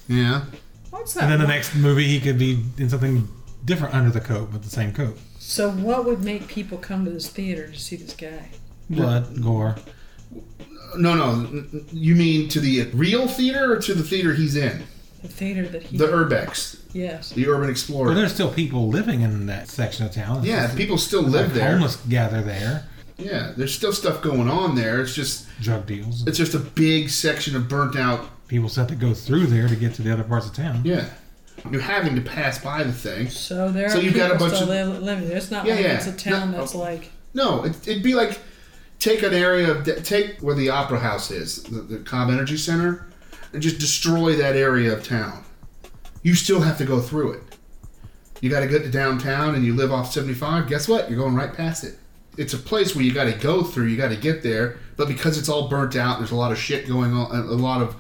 [SPEAKER 1] Yeah.
[SPEAKER 3] What's that?
[SPEAKER 2] And then the
[SPEAKER 3] one-
[SPEAKER 2] next movie, he could be in something different under the coat, but the same coat.
[SPEAKER 3] so what would make people come to this theater to see this guy?
[SPEAKER 2] Blood, gore.
[SPEAKER 1] No, no. You mean to the real theater or to the theater he's in?
[SPEAKER 3] The theater that he.
[SPEAKER 1] The Urbex,
[SPEAKER 3] yes.
[SPEAKER 1] the Urban
[SPEAKER 2] But
[SPEAKER 1] Explorer.
[SPEAKER 2] there's still people living in that section of town. It's
[SPEAKER 1] Yeah,
[SPEAKER 2] just
[SPEAKER 1] people still live there.
[SPEAKER 2] Homeless gather there.
[SPEAKER 1] Yeah, there's still stuff going on there. It's just
[SPEAKER 2] Drug deals.
[SPEAKER 1] it's just a big section of burnt out.
[SPEAKER 2] People still have to go through there to get to the other parts of town.
[SPEAKER 1] Yeah. You're having to pass by the thing.
[SPEAKER 3] So there
[SPEAKER 1] So
[SPEAKER 3] are
[SPEAKER 1] you've got a
[SPEAKER 3] people
[SPEAKER 1] bunch
[SPEAKER 3] still
[SPEAKER 1] of-
[SPEAKER 3] li- living there. It's not
[SPEAKER 1] Yeah,
[SPEAKER 3] like
[SPEAKER 1] yeah.
[SPEAKER 3] it's a town
[SPEAKER 1] No,
[SPEAKER 3] that's like
[SPEAKER 1] No, it, it'd be like take an area of take where the Opera House is, the, the Cobb Energy Center, and just destroy that area of town. You still have to go through it. You got to get to downtown, and you live off seventy five. Guess what? You're going right past it. It's a place where you got to go through. You got to get there, but because it's all burnt out, there's a lot of shit going on, a lot of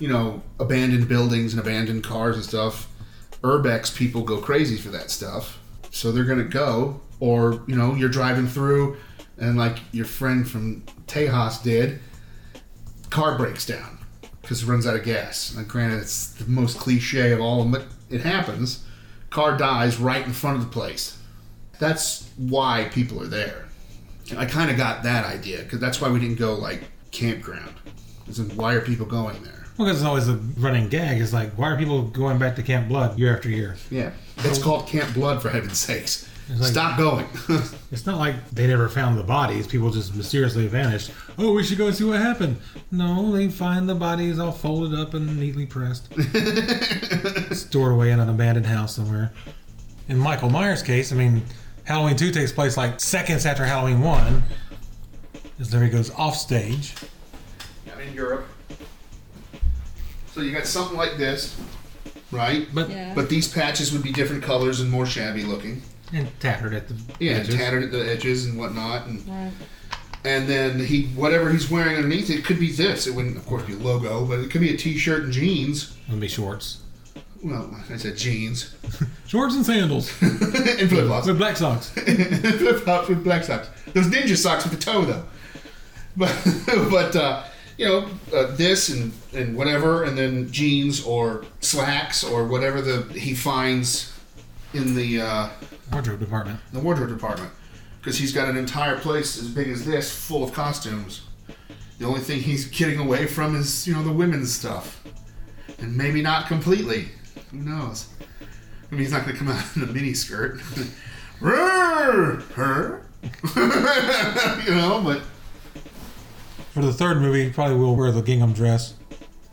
[SPEAKER 1] you know, abandoned buildings and abandoned cars and stuff. Urbex people go crazy for that stuff. So they're going to go. Or, you know, you're driving through and like your friend from Tejas did, car breaks down because it runs out of gas. Now, granted, it's the most cliche of all of them, but it happens. Car dies right in front of the place. That's why people are there. I kind of got that idea because that's why we didn't go like campground. As in, why are people going there?
[SPEAKER 2] Well, 'cause it's always a running gag. It's like, why are people going back to Camp Blood year after year?
[SPEAKER 1] Yeah, it's called Camp Blood for heaven's sakes.
[SPEAKER 2] like-
[SPEAKER 1] Stop going.
[SPEAKER 2] It's not like they never found the bodies. People just mysteriously vanished. Oh, we should go and see what happened. No, they find the bodies all folded up and neatly pressed, stored away in an abandoned house somewhere. In Michael Myers' case, I mean, Halloween 2 takes place like seconds after Halloween 1. As there he goes off stage.
[SPEAKER 1] I'm in Europe. So you got something like this, right?
[SPEAKER 2] But
[SPEAKER 3] Yeah.
[SPEAKER 1] But these patches would be different colors and more shabby looking.
[SPEAKER 2] and tattered at the
[SPEAKER 1] Yeah,
[SPEAKER 2] edges.
[SPEAKER 1] tattered at the edges and whatnot, and
[SPEAKER 3] Right.
[SPEAKER 1] and then he whatever he's wearing underneath it could be this. It wouldn't, of course, be logo, but it could be a t-shirt and jeans.
[SPEAKER 2] It'll be shorts.
[SPEAKER 1] Well, I said jeans
[SPEAKER 2] Shorts and sandals
[SPEAKER 1] and flip flops.
[SPEAKER 2] with black socks.
[SPEAKER 1] flip flops with black socks. Those ninja socks with the toe though. But but uh, you know uh, this and and whatever, and then jeans or slacks or whatever the he finds in the uh,
[SPEAKER 2] Wardrobe department.
[SPEAKER 1] the wardrobe department because he's got an entire place as big as this full of costumes. The only thing he's getting away from is you know the women's stuff, and maybe not completely. Who knows? I mean, he's not going to come out in a mini skirt. Roar! Her, you know, but
[SPEAKER 2] For the third movie, he probably will wear the gingham dress.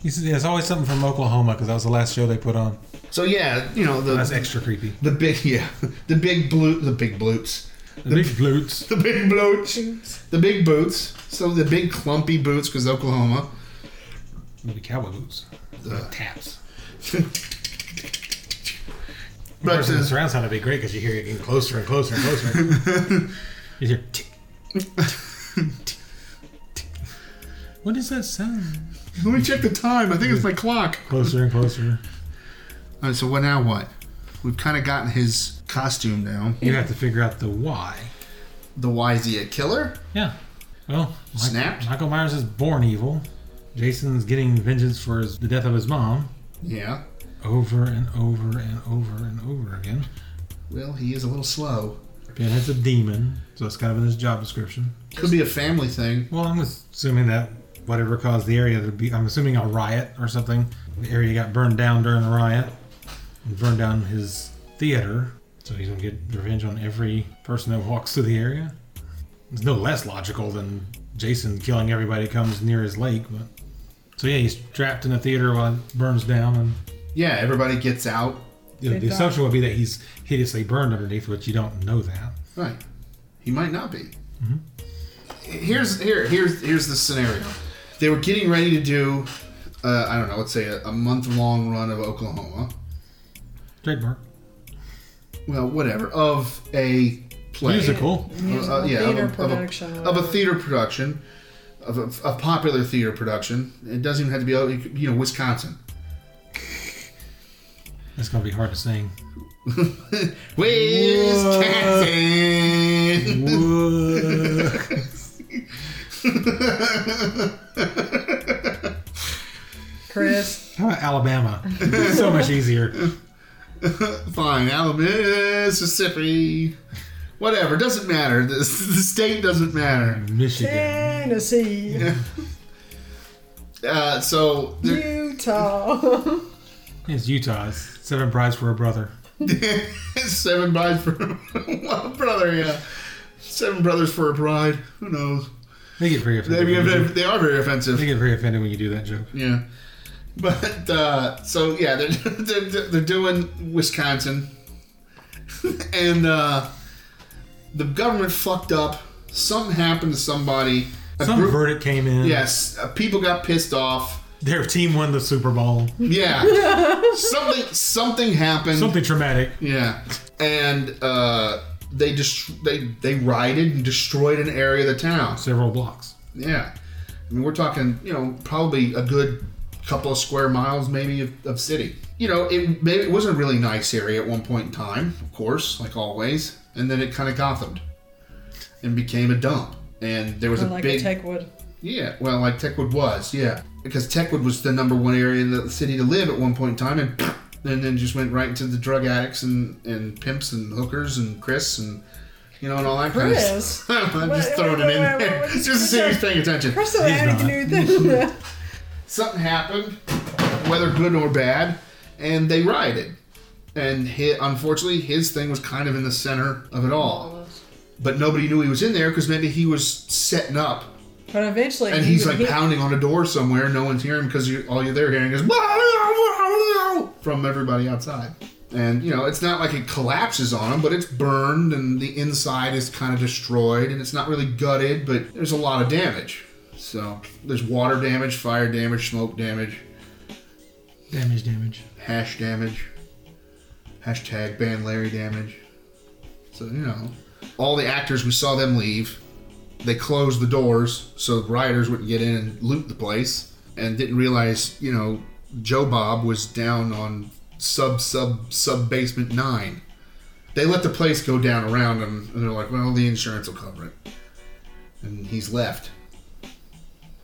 [SPEAKER 2] He says yeah, it's always something from Oklahoma because that was the last show they put on.
[SPEAKER 1] so yeah, you know
[SPEAKER 2] That's
[SPEAKER 1] the
[SPEAKER 2] extra creepy.
[SPEAKER 1] the big yeah the big blue the big bloots.
[SPEAKER 2] The big flutes.
[SPEAKER 1] the big bloots, the big boots. So the big clumpy boots, because Oklahoma.
[SPEAKER 2] Maybe cowboy boots. The taps. But
[SPEAKER 1] But
[SPEAKER 2] course, in the
[SPEAKER 1] uh,
[SPEAKER 2] surround sound would be great because you hear it getting closer and closer and closer. you hear tick, tick, tick. What is that sound?
[SPEAKER 1] let me check the time. I think it's my clock.
[SPEAKER 2] Closer and closer.
[SPEAKER 1] All right, so what now? What? We've kind of gotten his costume now.
[SPEAKER 2] You have to figure out the why.
[SPEAKER 1] The why is he a killer?
[SPEAKER 2] Yeah. Well, Mike-
[SPEAKER 1] Snapped?
[SPEAKER 2] Michael Myers is born evil. Jason's getting vengeance for his, the death of his mom
[SPEAKER 1] Yeah.
[SPEAKER 2] over and over and over and over again.
[SPEAKER 1] Well, he is a little slow.
[SPEAKER 2] Pinhead's a demon, so it's kind of in his job description.
[SPEAKER 1] Could be a family thing.
[SPEAKER 2] Well, I'm assuming that whatever caused the area to be, I'm assuming a riot or something. The area got burned down during the riot and burned down his theater, so he's gonna get revenge on every person that walks through the area. It's no less logical than Jason killing everybody that comes near his lake, but. So yeah, he's trapped in a theater while it burns down, and
[SPEAKER 1] Yeah, everybody gets out.
[SPEAKER 2] you know, the
[SPEAKER 3] Good
[SPEAKER 2] assumption would be that he's hideously burned underneath, but you don't know that.
[SPEAKER 1] Right. He might not be. Here's here here's here's the scenario. They were getting ready to do, uh, I don't know, let's say a, a month long run of Oklahoma.
[SPEAKER 2] Trademark.
[SPEAKER 1] Well, whatever of a play.
[SPEAKER 2] Musical.
[SPEAKER 1] uh, yeah,
[SPEAKER 3] theater
[SPEAKER 1] of, a, of a-
[SPEAKER 3] production.
[SPEAKER 1] of a theater production, of a, a popular theater production. It doesn't even have to be, out- you know, Wisconsin.
[SPEAKER 2] It's gonna be hard to sing.
[SPEAKER 1] Wisconsin.
[SPEAKER 3] Chris.
[SPEAKER 2] How about Alabama? It's so much easier.
[SPEAKER 1] Fine, Alabama, Mississippi, whatever. Doesn't matter. The, the state doesn't matter.
[SPEAKER 2] Michigan.
[SPEAKER 3] Tennessee.
[SPEAKER 1] Uh, so there-
[SPEAKER 3] Utah.
[SPEAKER 2] It's Utah's. Seven brides for a brother.
[SPEAKER 1] seven brides for one brother. Yeah, seven brothers for a bride. Who knows?
[SPEAKER 2] They get very
[SPEAKER 1] They,
[SPEAKER 2] offended. when
[SPEAKER 1] they,
[SPEAKER 2] you do-
[SPEAKER 1] they are very offensive.
[SPEAKER 2] They get very offended when you do that joke.
[SPEAKER 1] Yeah. But uh, so yeah, they're, they're they're doing Wisconsin, and uh, the government fucked up. Something happened to somebody. A
[SPEAKER 2] Some
[SPEAKER 1] group-
[SPEAKER 2] verdict came in.
[SPEAKER 1] yes, uh, people got pissed off.
[SPEAKER 2] Their team won the Super Bowl.
[SPEAKER 1] Mm-hmm. Yeah, something something happened.
[SPEAKER 2] Something traumatic.
[SPEAKER 1] Yeah, and uh, they dest- they they rioted and destroyed an area of the town.
[SPEAKER 2] Several blocks.
[SPEAKER 1] Yeah, I mean we're talking you know probably a good couple of square miles maybe of, of city. You know, it maybe it was a really nice area at one point in time, of course, like always, and then it kind of Gothamed and became a dump. And there was
[SPEAKER 3] I
[SPEAKER 1] a
[SPEAKER 3] like
[SPEAKER 1] big
[SPEAKER 3] a Techwood.
[SPEAKER 1] yeah, well, like Techwood was, yeah, because Techwood was the number one area in the city to live at one point in time, and and then just went right into the drug addicts and, and pimps and hookers and Chris and you know and all that kind of
[SPEAKER 3] Chris?
[SPEAKER 1] stuff. I'm
[SPEAKER 3] What-
[SPEAKER 1] just throwing it in
[SPEAKER 3] what- what-
[SPEAKER 1] there,
[SPEAKER 3] what-
[SPEAKER 1] just to see who's paying attention.
[SPEAKER 3] Personally, I didn't do that.
[SPEAKER 1] Something happened, whether good or bad, and they rioted, and hi unfortunately his thing was kind of in the center of it all, but nobody knew he was in there because maybe he was setting up
[SPEAKER 3] But eventually,
[SPEAKER 1] and he's
[SPEAKER 3] he-
[SPEAKER 1] like
[SPEAKER 3] he-
[SPEAKER 1] pounding on a door somewhere. No one's hearing because you, all you're there hearing is "Wah, wah, wah, wah," from everybody outside. And you know, it's not like it collapses on him, but it's burned and the inside is kind of destroyed, and it's not really gutted, but there's a lot of damage. So there's water damage, fire damage, smoke damage,
[SPEAKER 2] Damage, damage.
[SPEAKER 1] hash damage, hashtag ban Larry damage. So you know, all the actors we saw them leave. They closed the doors so rioters wouldn't get in and loot the place, and didn't realize you know Joe Bob was down on sub sub sub basement nine. They let the place go down around him, and they're like, "Well, the insurance will cover it," and he's left.
[SPEAKER 2] You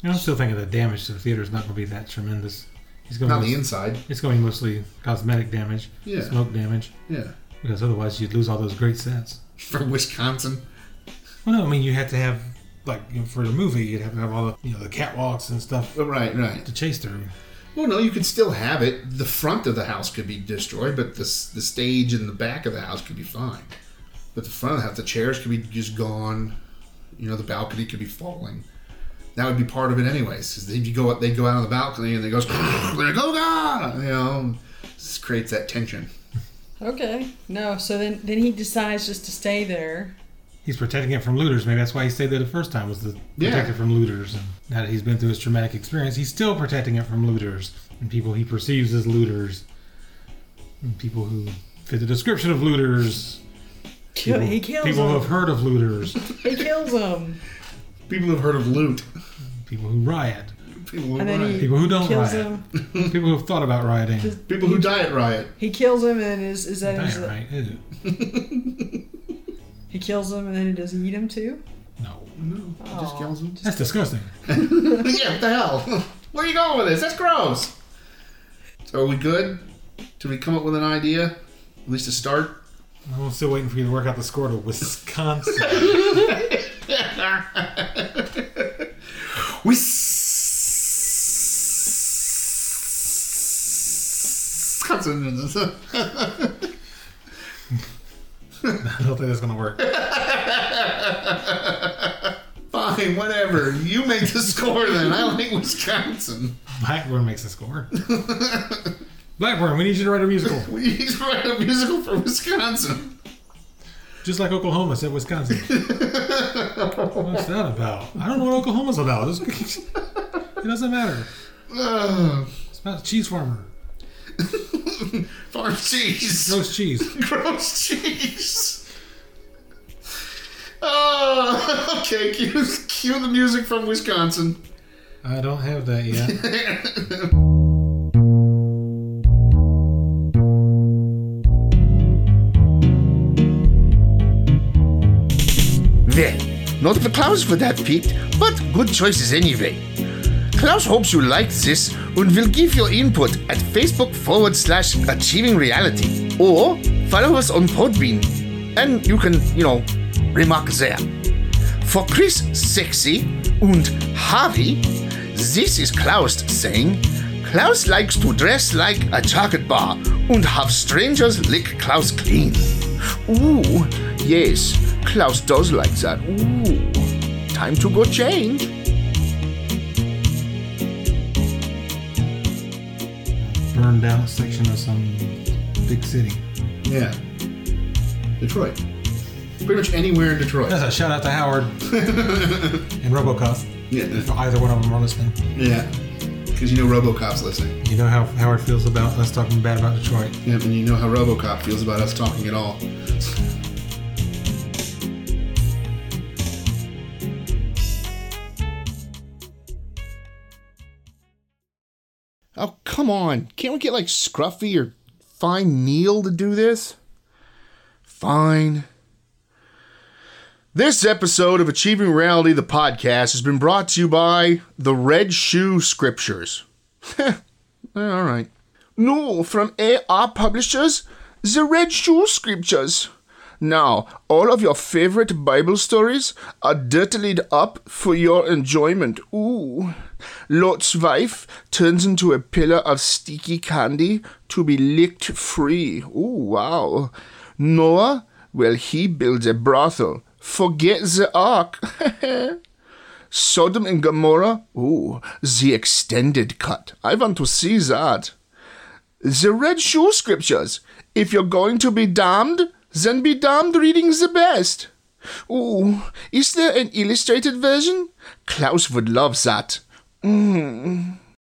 [SPEAKER 2] know, I'm still thinking the damage to the theater is not going to be that tremendous. It's going
[SPEAKER 1] Not
[SPEAKER 2] to
[SPEAKER 1] the
[SPEAKER 2] be,
[SPEAKER 1] inside.
[SPEAKER 2] it's going to be mostly cosmetic damage,
[SPEAKER 1] Yeah.
[SPEAKER 2] smoke damage,
[SPEAKER 1] Yeah,
[SPEAKER 2] because otherwise you'd lose all those great sets.
[SPEAKER 1] from Wisconsin.
[SPEAKER 2] Well, no, I mean you have to have like you know, for the movie you'd have to have all the you know the catwalks and stuff
[SPEAKER 1] Oh, Right, right.
[SPEAKER 2] to chase through.
[SPEAKER 1] Well, no, you could still have it. The front of the house could be destroyed, but the the stage and the back of the house could be fine. But the front of the house, the chairs could be just gone. You know, the balcony could be falling. That would be part of it, anyways. 'cause if you go up, they go out on the balcony and they goes, they're like, oh god, you know, this creates that tension.
[SPEAKER 3] okay, no. So then, then he decides just to stay there.
[SPEAKER 2] He's protecting it from looters. Maybe that's why he stayed there the first time was to protect
[SPEAKER 1] Yeah.
[SPEAKER 2] it from looters. And now that he's been through his traumatic experience, he's still protecting it from looters and people he perceives as looters, and people who fit the description of looters.
[SPEAKER 3] Kill, he kills
[SPEAKER 2] people who
[SPEAKER 3] him.
[SPEAKER 2] have heard of looters,
[SPEAKER 3] He kills him,
[SPEAKER 1] People have heard of loot.
[SPEAKER 2] people who riot,
[SPEAKER 1] People who
[SPEAKER 3] and then
[SPEAKER 1] riot.
[SPEAKER 3] he
[SPEAKER 2] People who don't
[SPEAKER 3] kills
[SPEAKER 2] riot.
[SPEAKER 3] him.
[SPEAKER 2] people who have thought about rioting.
[SPEAKER 3] Just-
[SPEAKER 1] People who diet riot.
[SPEAKER 3] He kills him, and is is that
[SPEAKER 2] Diet,
[SPEAKER 3] his,
[SPEAKER 2] right? Ew.
[SPEAKER 3] he kills him, and then he does eat him too.
[SPEAKER 2] No,
[SPEAKER 1] Just kills them.
[SPEAKER 2] that's disgusting.
[SPEAKER 1] yeah, what the hell? Where are you going with this? That's gross. So are we good? Did we come up with an idea? At least a start?
[SPEAKER 2] I'm still waiting for you to work out the score to Wisconsin.
[SPEAKER 1] We
[SPEAKER 2] I don't think that's gonna work.
[SPEAKER 1] Fine, whatever. You make the score then. I like Wisconsin.
[SPEAKER 2] Blackburn makes a score. Blackburn, we need you to write a musical,
[SPEAKER 1] We need to write a musical for Wisconsin.
[SPEAKER 2] just like Oklahoma said Wisconsin. What's that about? I don't know what Oklahoma's about. It's- It doesn't matter.
[SPEAKER 1] Ugh.
[SPEAKER 2] It's about a cheese farmer.
[SPEAKER 1] farm cheese.
[SPEAKER 2] Gross cheese.
[SPEAKER 1] gross cheese. Oh, okay. Cue, cue the music from Wisconsin.
[SPEAKER 2] I don't have that yet.
[SPEAKER 7] Well, not the Klaus for that, Pete, but good choices anyway. Klaus hopes you liked this and will give your input at Facebook forward slash achieving reality or follow us on Podbean and you can, you know, remark there. For Chris Sexy and Harvey, this is Klaus saying Klaus likes to dress like a chocolate bar and have strangers lick Klaus clean. Ooh, yes, Klaus does like that. Ooh, time to go change.
[SPEAKER 2] Burned out section of some big city.
[SPEAKER 1] Yeah. Detroit. Pretty much anywhere in Detroit.
[SPEAKER 2] That's a shout out to Howard and Robocop. If
[SPEAKER 1] Yeah.
[SPEAKER 2] either one of them are listening.
[SPEAKER 1] Yeah. Because you know Robocop's listening.
[SPEAKER 2] You know how Howard feels about us talking bad about Detroit.
[SPEAKER 1] Yeah, and you know how Robocop feels about us talking at all. Oh, come on. Can't we get like Scruffy or Fine Neil to do this? Fine. This episode of Achieving Reality, the podcast, has been brought to you by the Red Shoe Scriptures. Heh, All right. No, from AR Publishers, the Red Shoe Scriptures. Now, all of your favorite Bible stories are dirtied up for your enjoyment. Ooh. Lot's wife turns into a pillar of sticky candy to be licked free. Ooh, wow. Noah, well, he builds a brothel. Forget the ark. Sodom and Gomorrah, ooh, the extended cut. I want to see that. The red shoe scriptures. If you're going to be damned, then be damned reading the best. Ooh, is there an illustrated version? Klaus would love that. Mm.